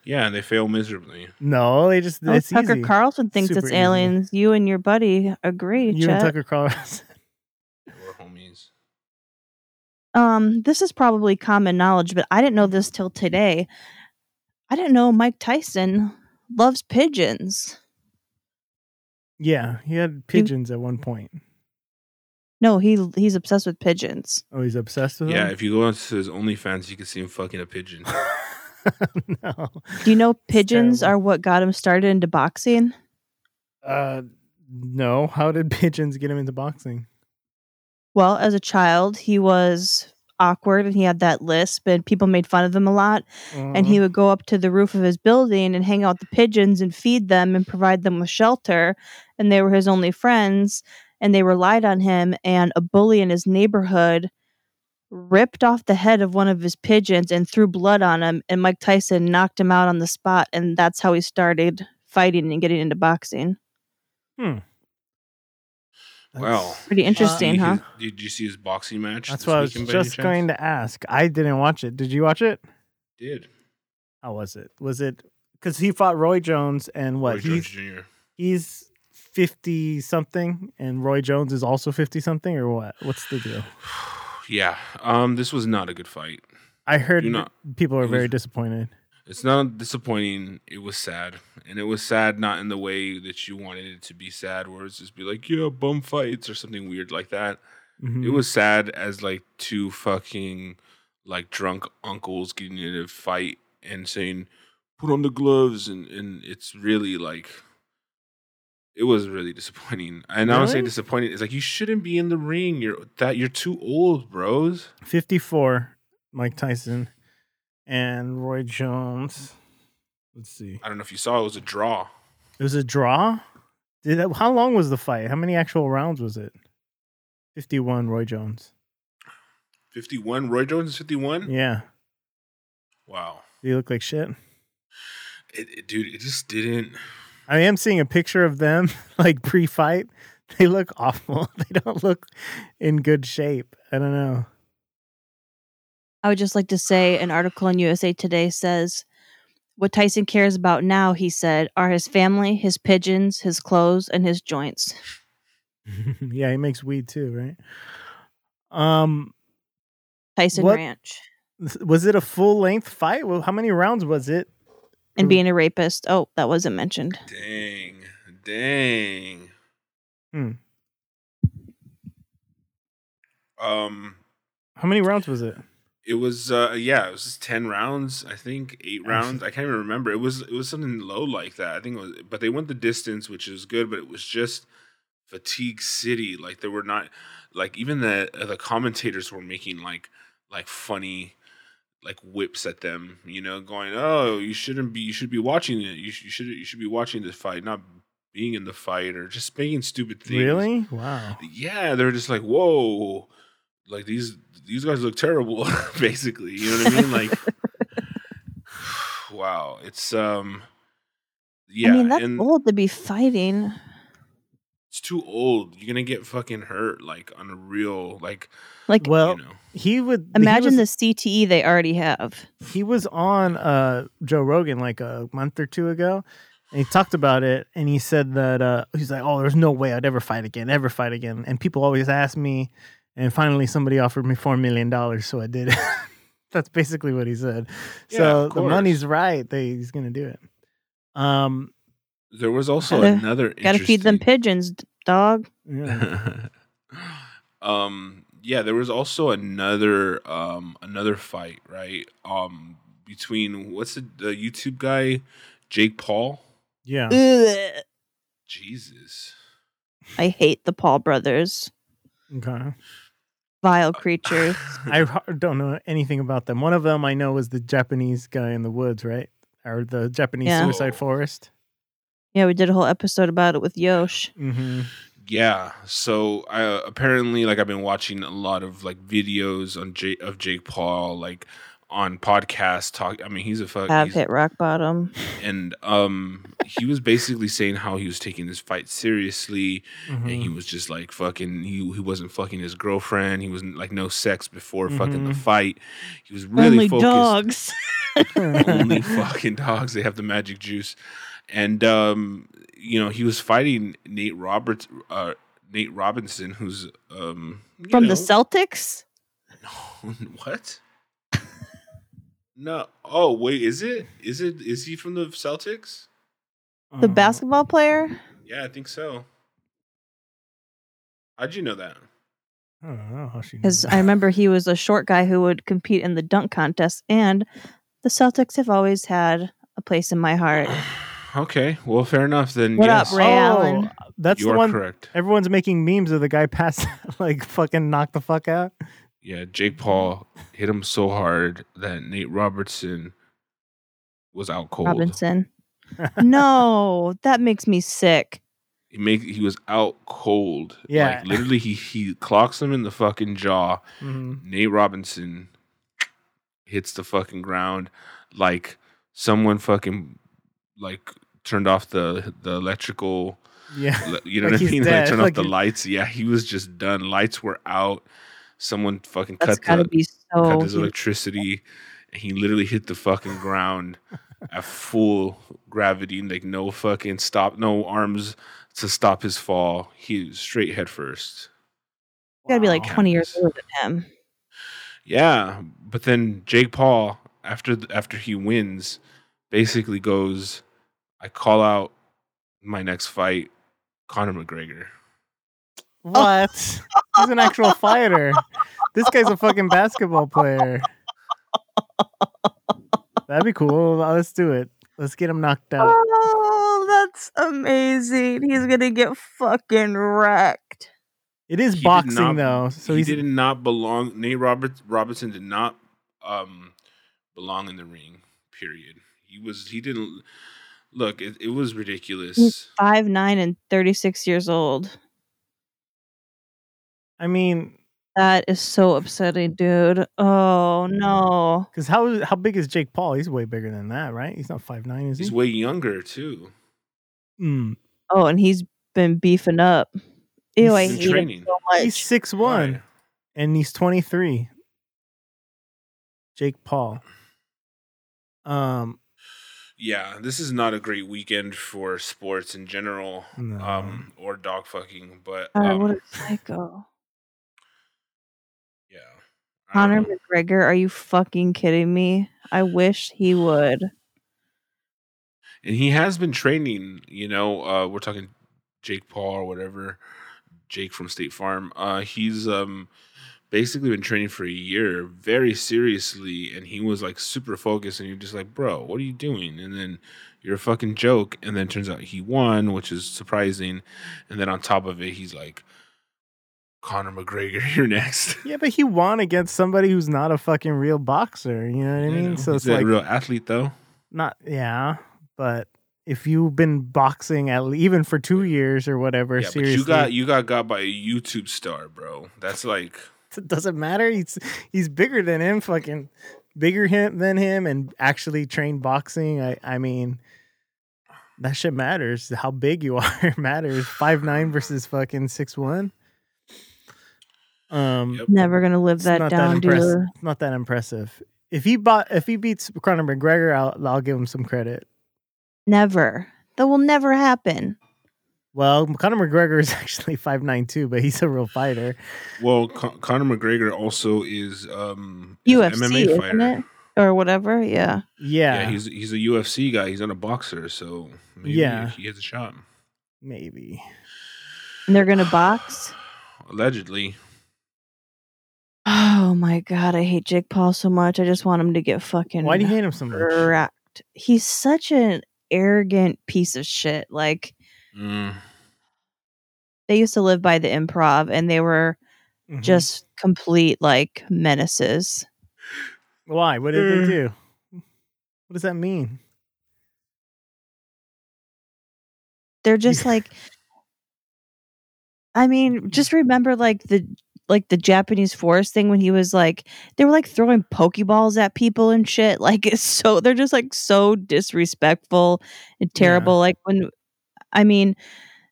Speaker 1: yeah, and they fail miserably.
Speaker 3: No, they just
Speaker 2: Oh,
Speaker 3: it's
Speaker 2: Tucker
Speaker 3: easy.
Speaker 2: Carlson thinks
Speaker 3: Super
Speaker 2: it's
Speaker 3: easy.
Speaker 2: aliens. You and your buddy agree,
Speaker 3: you and
Speaker 2: Chet.
Speaker 3: Tucker Carlson.
Speaker 1: We're homies.
Speaker 2: Um, this is probably common knowledge, but I didn't know this till today. I didn't know Mike Tyson loves pigeons.
Speaker 3: Yeah, he had pigeons at one point.
Speaker 2: No, he he's obsessed with pigeons.
Speaker 3: Oh, he's obsessed with
Speaker 1: Yeah,
Speaker 3: them.
Speaker 1: if you go onto his OnlyFans, you can see him fucking a pigeon.
Speaker 3: no.
Speaker 2: Do you know pigeons
Speaker 3: terrible.
Speaker 2: are what got him started into boxing?
Speaker 3: Uh, no. How did pigeons get him into boxing?
Speaker 2: Well, as a child, he was awkward and he had that lisp, and people made fun of him a lot. And
Speaker 3: Uh, Mm-hmm.
Speaker 2: he would go up to the roof of his building and hang out with the pigeons and feed them and provide them with shelter. And they were his only friends, and they relied on him. And a bully in his neighborhood ripped off the head of one of his pigeons and threw blood on him. And Mike Tyson knocked him out on the spot, and that's how he started fighting and getting into boxing.
Speaker 1: wow.
Speaker 2: Pretty
Speaker 1: Did
Speaker 2: interesting,
Speaker 1: you see
Speaker 2: huh?
Speaker 1: his- did you see his boxing match?
Speaker 3: That's
Speaker 1: this
Speaker 3: what I was
Speaker 1: weekend by any
Speaker 3: just
Speaker 1: chance?
Speaker 3: going to ask. I didn't watch it. Did you watch it?
Speaker 1: Did
Speaker 3: How was it? Was it because he fought Roy Jones and what?
Speaker 1: Roy Jones
Speaker 3: he's
Speaker 1: Jr.
Speaker 3: he's fifty something, and Roy Jones is also fifty something, or what? What's the deal?
Speaker 1: yeah, um, this was not a good fight.
Speaker 3: I heard
Speaker 1: Do not.
Speaker 3: people
Speaker 1: it
Speaker 3: are
Speaker 1: was-
Speaker 3: very disappointed.
Speaker 1: It's not disappointing. It was sad, and it was sad not in the way that you wanted it to be sad, where it's just be like, yeah, bum fights or something weird like that. It
Speaker 3: Mhm.
Speaker 1: was sad as like two fucking like drunk uncles getting in a fight and saying, "Put on the gloves," and and it's really like. It was really disappointing, and I don't say
Speaker 3: Really?
Speaker 1: disappointing. It's like you shouldn't be in the ring. You're that you're too old, bros.
Speaker 3: 54, Mike Tyson, and Roy Jones. Let's see.
Speaker 1: I don't know if you saw. It was a draw.
Speaker 3: It was a draw. Did that, how long was the fight? How many actual rounds was it? 51, Roy Jones.
Speaker 1: Fifty-one. Roy Jones is fifty-one.
Speaker 3: Yeah.
Speaker 1: Wow.
Speaker 3: Do you look like shit?
Speaker 1: It, it- dude, it just didn't.
Speaker 3: I am seeing a picture of them like pre fight. They look awful. They don't look in good shape. I don't know.
Speaker 2: I would just like to say an article in USA Today says what Tyson cares about now, he said, are his family, his pigeons, his clothes, and his joints.
Speaker 3: yeah, he makes weed too, right? Um,
Speaker 2: Tyson
Speaker 3: What?
Speaker 2: Ranch
Speaker 3: was it a full length fight? Well, how many rounds was it?
Speaker 2: and
Speaker 3: Mm.
Speaker 2: being a rapist. Oh, that wasn't mentioned.
Speaker 1: Dang, dang.
Speaker 3: Hmm.
Speaker 1: Um,
Speaker 3: How many rounds was it?
Speaker 1: it was uh, yeah, it was just ten rounds. I think eight rounds. I can't even remember. It was it was something low like that. I think it was, but they went the distance, which is good. But it was just fatigue city. Like there were not like even the the commentators were making like like funny like whips at them you know going oh you shouldn't be you should be watching it you, sh- you should you should be watching this fight not being in the fight or just making stupid things
Speaker 3: Really? Wow.
Speaker 1: yeah they're just like whoa like these these guys look terrible basically you know what i mean like wow it's um yeah
Speaker 2: I mean, that's
Speaker 1: and
Speaker 2: old to be fighting.
Speaker 1: it's too old you're gonna get fucking hurt like on a real like
Speaker 2: Like,
Speaker 3: Well,
Speaker 1: you know
Speaker 3: he would
Speaker 2: imagine
Speaker 3: he
Speaker 2: the
Speaker 3: was,
Speaker 2: CTE they already have.
Speaker 3: this. He was on uh, Joe Rogan like a month or two ago, and he talked about it. And he said that uh, he's like, "Oh, there's no way I'd ever fight again, ever fight again." And people always ask me, and finally somebody offered me four million dollars, so I did it. That's basically what he said.
Speaker 1: Yeah,
Speaker 3: so
Speaker 1: of
Speaker 3: the
Speaker 1: course.
Speaker 3: money's right; they, he's going to do it. Um,
Speaker 1: there was also
Speaker 2: Gotta-
Speaker 1: another
Speaker 2: Got to feed them
Speaker 1: interesting-
Speaker 2: pigeons, d- dog.
Speaker 3: yeah.
Speaker 1: um yeah there was also another um another fight right um between what's the, the youtube guy jake paul
Speaker 3: yeah.
Speaker 2: Ugh.
Speaker 1: jesus
Speaker 2: I hate the Paul brothers.
Speaker 3: Okay.
Speaker 1: Uh,
Speaker 2: Vile creatures.
Speaker 3: I h- don't know anything about them. One of them I know was the Japanese guy in the woods, right? Or the Japanese
Speaker 2: Yeah.
Speaker 3: suicide
Speaker 1: Whoa.
Speaker 3: forest.
Speaker 2: yeah, we did a whole episode about it with Yosh.
Speaker 3: Mm-hmm.
Speaker 1: Yeah. So uh, apparently, like I've been watching a lot of like videos on J- of Jake Paul, like on podcasts. Talk. I mean, he's a fuck.
Speaker 2: I've
Speaker 1: he's-
Speaker 2: hit rock bottom.
Speaker 1: and um, he was basically saying how he was taking this fight seriously, and he was just like fucking. He he wasn't fucking his girlfriend. He wasn't like no sex before fucking the
Speaker 3: Mhm.
Speaker 1: fight. He was really
Speaker 2: Only
Speaker 1: focused
Speaker 2: dogs.
Speaker 3: mm-hmm.
Speaker 1: only fucking dogs. They have the magic juice, and um, you know he was fighting Nate Roberts, uh, Nate Robinson, who's um you
Speaker 2: From
Speaker 1: know,
Speaker 2: the Celtics?
Speaker 1: what? no. Oh wait, is it? Is it? Is he from the Celtics?
Speaker 2: The
Speaker 3: Uh-huh. Um,
Speaker 2: basketball player?
Speaker 1: Yeah, I think so. How'd you know that?
Speaker 3: I don't know how she. knew
Speaker 2: Because
Speaker 3: that.
Speaker 2: I remember he was a short guy who would compete in the dunk contest, and the Celtics have always had a place in my heart.
Speaker 1: okay. Well, fair enough. Then
Speaker 2: What up,
Speaker 1: yes,
Speaker 2: Ray Allen.
Speaker 3: That's
Speaker 1: Oh, you
Speaker 3: the
Speaker 1: are
Speaker 3: one.
Speaker 1: correct.
Speaker 3: Everyone's making memes of the guy passed like fucking knocked the fuck out.
Speaker 1: Yeah, Jake Paul
Speaker 3: Mm-hmm.
Speaker 1: hit him so hard that Nate Robertson was out cold.
Speaker 2: Robinson. no, that makes me sick.
Speaker 1: He make he was out cold.
Speaker 3: Yeah.
Speaker 1: like, literally, he he clocks him in the fucking jaw.
Speaker 3: Mhm.
Speaker 1: Nate Robinson hits the fucking ground like someone fucking like turned off the the electrical.
Speaker 3: Yeah.
Speaker 1: le- You know
Speaker 3: Like
Speaker 1: what I
Speaker 3: he's
Speaker 1: mean? Like
Speaker 3: dead.
Speaker 1: turn
Speaker 3: Like
Speaker 1: off the
Speaker 3: he-
Speaker 1: lights. Yeah, he was just done. Lights were out. Someone fucking
Speaker 2: That's
Speaker 1: cut
Speaker 2: gotta
Speaker 1: the
Speaker 2: be so.
Speaker 1: cut his electricity, and he literally hit the fucking ground at full gravity, like no fucking stop, no arms to stop his fall. He was straight head first.
Speaker 2: gotta be like
Speaker 3: Wow.
Speaker 2: twenty years older than him.
Speaker 1: Yeah, but then Jake Paul after th- after he wins, basically goes, I call out my next fight, Conor McGregor.
Speaker 3: What? He's an actual fighter. This guy's a fucking basketball player. That'd be cool. Let's do it. Let's get him knocked out.
Speaker 2: Oh, that's amazing! He's gonna get fucking wrecked.
Speaker 3: It is
Speaker 1: He did
Speaker 3: boxing
Speaker 1: not-
Speaker 3: though, so
Speaker 1: he
Speaker 3: he's
Speaker 1: did not belong. Nate Roberts Robinson did not um, belong in the ring. Period. He was. He didn't look. It, it was ridiculous.
Speaker 3: Mm-hmm.
Speaker 2: Five nine and thirty six years old.
Speaker 3: I mean,
Speaker 2: That is so upsetting, dude. Oh no.
Speaker 3: because how how big is Jake Paul? He's way bigger than that, right? He's not five nine, is
Speaker 1: He's
Speaker 3: he?
Speaker 1: way younger too.
Speaker 3: Mm.
Speaker 2: Oh, and he's been beefing up.
Speaker 3: He's
Speaker 2: Ew, I
Speaker 1: been
Speaker 2: hate
Speaker 1: training.
Speaker 2: him so much.
Speaker 3: He's six one,
Speaker 1: Why?
Speaker 3: and he's twenty three. Jake Paul. Um,
Speaker 1: Yeah, this is not a great weekend for sports in general,
Speaker 3: No. Uh,
Speaker 1: um, or dog fucking. But
Speaker 2: God,
Speaker 1: um,
Speaker 2: what a psycho.
Speaker 1: yeah, I don't
Speaker 2: Conor
Speaker 1: know.
Speaker 2: McGregor, are you fucking kidding me? I wish he would.
Speaker 1: and he has been training you know uh we're talking jake paul or whatever jake from state farm uh he's um basically been training for a year very seriously and he was like super focused and you're just like bro what are you doing and then you're a fucking joke and then it turns out he won which is surprising and then on top of it he's like conor mcgregor you're next
Speaker 3: yeah, but he won against somebody who's not a fucking real boxer. You know what I mean?
Speaker 1: You know,
Speaker 3: So it's
Speaker 1: he's a
Speaker 3: like
Speaker 1: real athlete though
Speaker 3: not yeah, but if you've been boxing at le- even for two years or whatever,
Speaker 1: yeah
Speaker 3: seriously,
Speaker 1: but you got you got got by a youtube star bro that's like
Speaker 3: it doesn't matter. He's he's bigger than him, fucking bigger him than him, and actually trained boxing. I I mean, that shit matters. How big you are matters. Five nine versus fucking six one. Um,
Speaker 1: Yep.
Speaker 2: Never gonna live
Speaker 3: it's
Speaker 2: that
Speaker 3: not
Speaker 2: down,
Speaker 3: that impress-
Speaker 2: dude.
Speaker 3: it's Not that impressive. If he bought, if he beats Conor McGregor, I'll I'll give him some credit.
Speaker 2: Never. That will never happen.
Speaker 3: Well, Conor McGregor is actually five nine two, but he's a real fighter.
Speaker 1: Well, Con- Conor McGregor also is um is an
Speaker 2: UFC, isn't it? Or whatever. Yeah.
Speaker 1: Yeah.
Speaker 3: Yeah,
Speaker 1: he's he's a UFC guy. He's not a boxer, so maybe
Speaker 3: Yeah.
Speaker 1: he gets a shot.
Speaker 3: maybe.
Speaker 2: And they're gonna box.
Speaker 1: Allegedly,
Speaker 2: Oh my god, I hate Jake Paul so much. I just want him to get fucking
Speaker 3: Why do you hate him so much?
Speaker 2: wrecked. He's such an arrogant piece of shit. Like
Speaker 1: Mm.
Speaker 2: they used to live by the improv and they were
Speaker 3: Mhm.
Speaker 2: just complete like menaces.
Speaker 3: Why? What did
Speaker 1: Uh,
Speaker 3: they do? What does that mean?
Speaker 2: They're just like I
Speaker 1: Mm-hmm.
Speaker 2: mean, just remember like the like the Japanese forest thing when he was like they were like throwing pokeballs at people and shit. Like it's so they're just like so disrespectful and
Speaker 3: Yeah.
Speaker 2: terrible. Like when I mean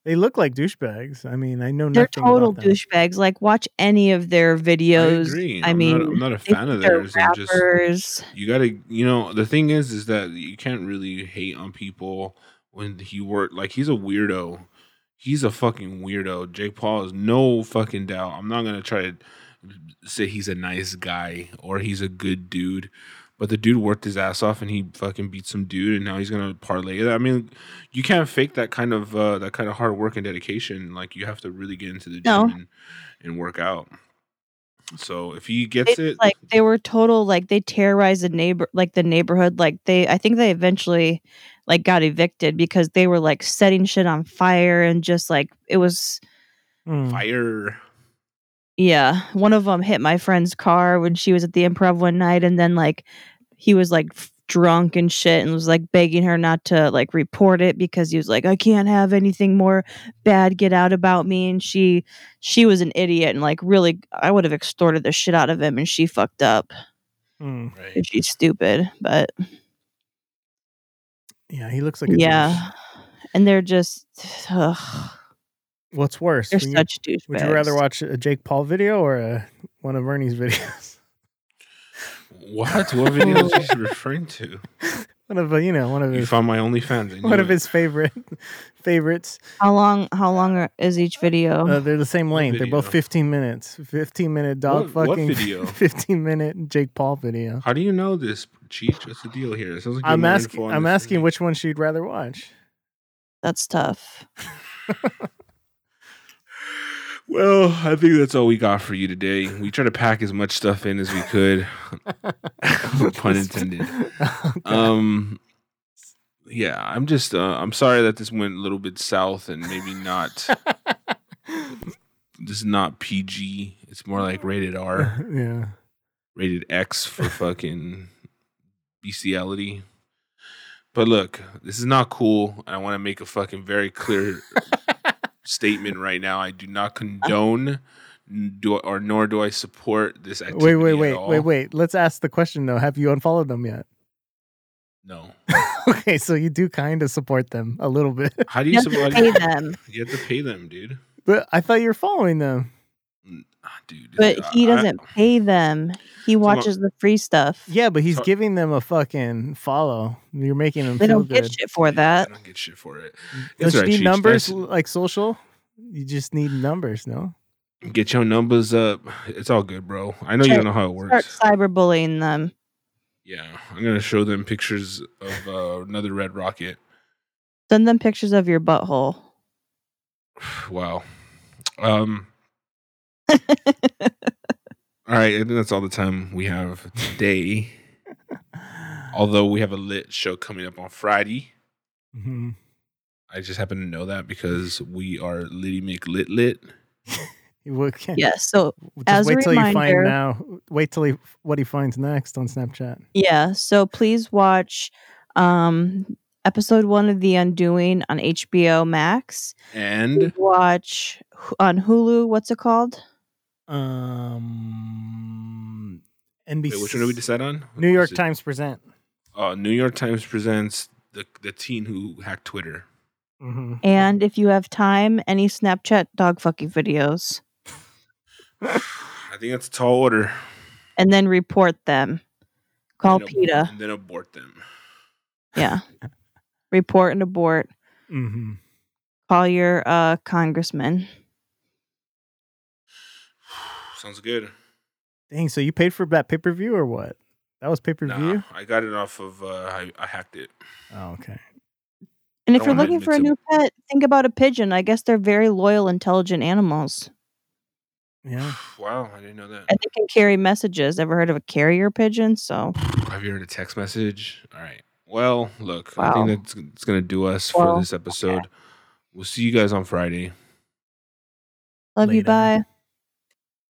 Speaker 3: They look like douchebags. I mean, I know
Speaker 2: they're
Speaker 3: nothing
Speaker 2: total
Speaker 3: about them.
Speaker 2: douchebags. Like watch any of their
Speaker 1: I
Speaker 2: videos.
Speaker 1: agree.
Speaker 2: I
Speaker 1: I'm
Speaker 2: mean,
Speaker 1: not, I'm not a
Speaker 2: They
Speaker 1: fan of
Speaker 2: think they're
Speaker 1: theirs. I'm just
Speaker 2: rappers.
Speaker 1: you gotta, you know, the thing is, is that you can't really hate on people when he worked. Like he's a weirdo. He's a fucking weirdo. Jake Paul is no fucking doubt. I'm not gonna try to say he's a nice guy or he's a good dude. But the dude worked his ass off and he fucking beat some dude, and now he's gonna parlay it. I mean, you can't fake that kind of uh, that kind of hard work and dedication. Like you have to really get into the gym
Speaker 2: No.
Speaker 1: and, and work out. So if he gets
Speaker 2: It's
Speaker 1: it,
Speaker 2: like they were total like they terrorized the neighbor like the neighborhood like they i think they eventually like got evicted because they were like setting shit on fire and just like it was
Speaker 3: Mm.
Speaker 1: fire.
Speaker 2: yeah one of them hit my friend's car when she was at the improv one night and then like he was like f- drunk and shit and was like begging her not to like report it because he was like i can't have anything more bad get out about me and she she was an idiot and like really i would have extorted the shit out of him and she fucked up
Speaker 3: Mm.
Speaker 1: Right.
Speaker 2: and she's stupid but
Speaker 3: Yeah, he looks like a douche.
Speaker 2: yeah and they're just ugh,
Speaker 3: What's worse?
Speaker 2: they're
Speaker 3: when you-
Speaker 2: such douchebags
Speaker 3: Would you rather watch a Jake Paul video or a, one of Ernie's videos?
Speaker 1: What? What video is he referring to?
Speaker 3: one of uh, you know one of
Speaker 1: You
Speaker 3: his
Speaker 1: found my OnlyFans. I knew
Speaker 3: one of
Speaker 1: it.
Speaker 3: his favorite favorites.
Speaker 2: how long how long are- is each video
Speaker 3: Uh, they're the same
Speaker 1: What
Speaker 3: length. They're both
Speaker 1: video?
Speaker 3: 15 minutes. 15 minute dog
Speaker 1: What- what
Speaker 3: fucking
Speaker 1: video?
Speaker 3: 15 minute Jake Paul video.
Speaker 1: How do you know this, Cheech? What's the deal here? It sounds like you have
Speaker 3: I'm
Speaker 1: more
Speaker 3: asking
Speaker 1: info on
Speaker 3: I'm
Speaker 1: this than
Speaker 3: asking
Speaker 1: me.
Speaker 3: which one she'd rather watch.
Speaker 2: that's tough
Speaker 1: Well, I think that's all we got for you today. We tried to pack as much stuff in as we could. Pun intended.
Speaker 3: Okay.
Speaker 1: Um, yeah, I'm just uh, I'm sorry that this went a little bit south and maybe not. this is not PG. It's more like rated R,
Speaker 3: yeah.
Speaker 1: rated X for fucking bestiality. But look, this is not cool. I want to make a fucking very clear statement right now. I do not condone n- do, or nor do I support this activity.
Speaker 3: Wait, wait,
Speaker 1: at
Speaker 3: wait,
Speaker 1: all.
Speaker 3: wait, wait. Let's ask the question though. Have you unfollowed them yet?
Speaker 1: No.
Speaker 3: okay, so you do kind of support them a little bit.
Speaker 1: How do
Speaker 2: you
Speaker 1: you
Speaker 2: have to
Speaker 1: support?
Speaker 2: pay them
Speaker 1: You have to pay them, dude.
Speaker 3: But I thought you were following them.
Speaker 1: Ah, dude.
Speaker 2: but
Speaker 1: I-
Speaker 2: he
Speaker 1: I-
Speaker 2: doesn't pay them he watches the free stuff
Speaker 3: Yeah, but he's
Speaker 1: So-
Speaker 3: giving them a fucking follow. You're making them
Speaker 2: they
Speaker 3: feel
Speaker 2: don't get
Speaker 3: good.
Speaker 2: shit for that
Speaker 1: I don't get shit for it.
Speaker 3: Don't
Speaker 1: It's
Speaker 3: you
Speaker 1: all right,
Speaker 3: need
Speaker 1: Cheech.
Speaker 3: numbers
Speaker 1: That's-
Speaker 3: like social? You just need numbers, no?
Speaker 1: Get your numbers up. It's all good, bro. I know you don't know how it
Speaker 2: start
Speaker 1: works.
Speaker 2: cyberbullying them
Speaker 1: Yeah, I'm gonna show them pictures of uh, another red rocket.
Speaker 2: send them pictures of your butthole
Speaker 1: Wow. Um. all right, I think that's all the time we have today. Although we have a lit show coming up on Friday.
Speaker 3: hmm
Speaker 1: I just happen to know that because we are Litty Mick Lit Lit.
Speaker 3: Well, can't-
Speaker 2: yes so
Speaker 3: Just
Speaker 2: As a
Speaker 3: wait till you find
Speaker 2: reminder-
Speaker 3: now. Wait till he, what he finds next on Snapchat.
Speaker 2: Yeah. So please watch um episode one of The Undoing on HBO Max.
Speaker 1: And
Speaker 2: Watch H- on Hulu, what's it called?
Speaker 3: Um, NBC.
Speaker 1: wait, which one did we decide on?
Speaker 3: New York
Speaker 1: Times.
Speaker 3: Times present.
Speaker 1: uh, New York Times presents the the teen who hacked Twitter.
Speaker 3: Mm-hmm.
Speaker 2: And if you have time, any Snapchat dog fucking videos.
Speaker 1: I think that's a tall order.
Speaker 2: And then report them. Call
Speaker 1: And ab-
Speaker 2: PETA.
Speaker 1: and then abort them.
Speaker 2: Yeah. report and abort.
Speaker 3: hmm
Speaker 2: Call your uh congressman.
Speaker 1: Sounds good.
Speaker 3: Dang, so you paid for that pay per view or what? That was pay per
Speaker 1: Nah,
Speaker 3: view.
Speaker 1: I got it off of uh, I, I hacked it.
Speaker 3: Oh, okay.
Speaker 2: And if
Speaker 1: I
Speaker 2: you're
Speaker 1: wanna
Speaker 2: looking for a
Speaker 1: admit
Speaker 2: new pet, think about a pigeon. I guess they're very loyal, intelligent animals.
Speaker 3: Yeah.
Speaker 1: Wow, I didn't know that.
Speaker 2: And they can carry messages. Ever heard of a carrier pigeon? So
Speaker 1: Have you heard a text message? All right. Well, look, I
Speaker 2: Wow.
Speaker 1: think that's it's gonna do us
Speaker 2: Well,
Speaker 1: for this episode. We'll see you guys on Friday.
Speaker 2: Love you.
Speaker 3: Later.
Speaker 2: Bye.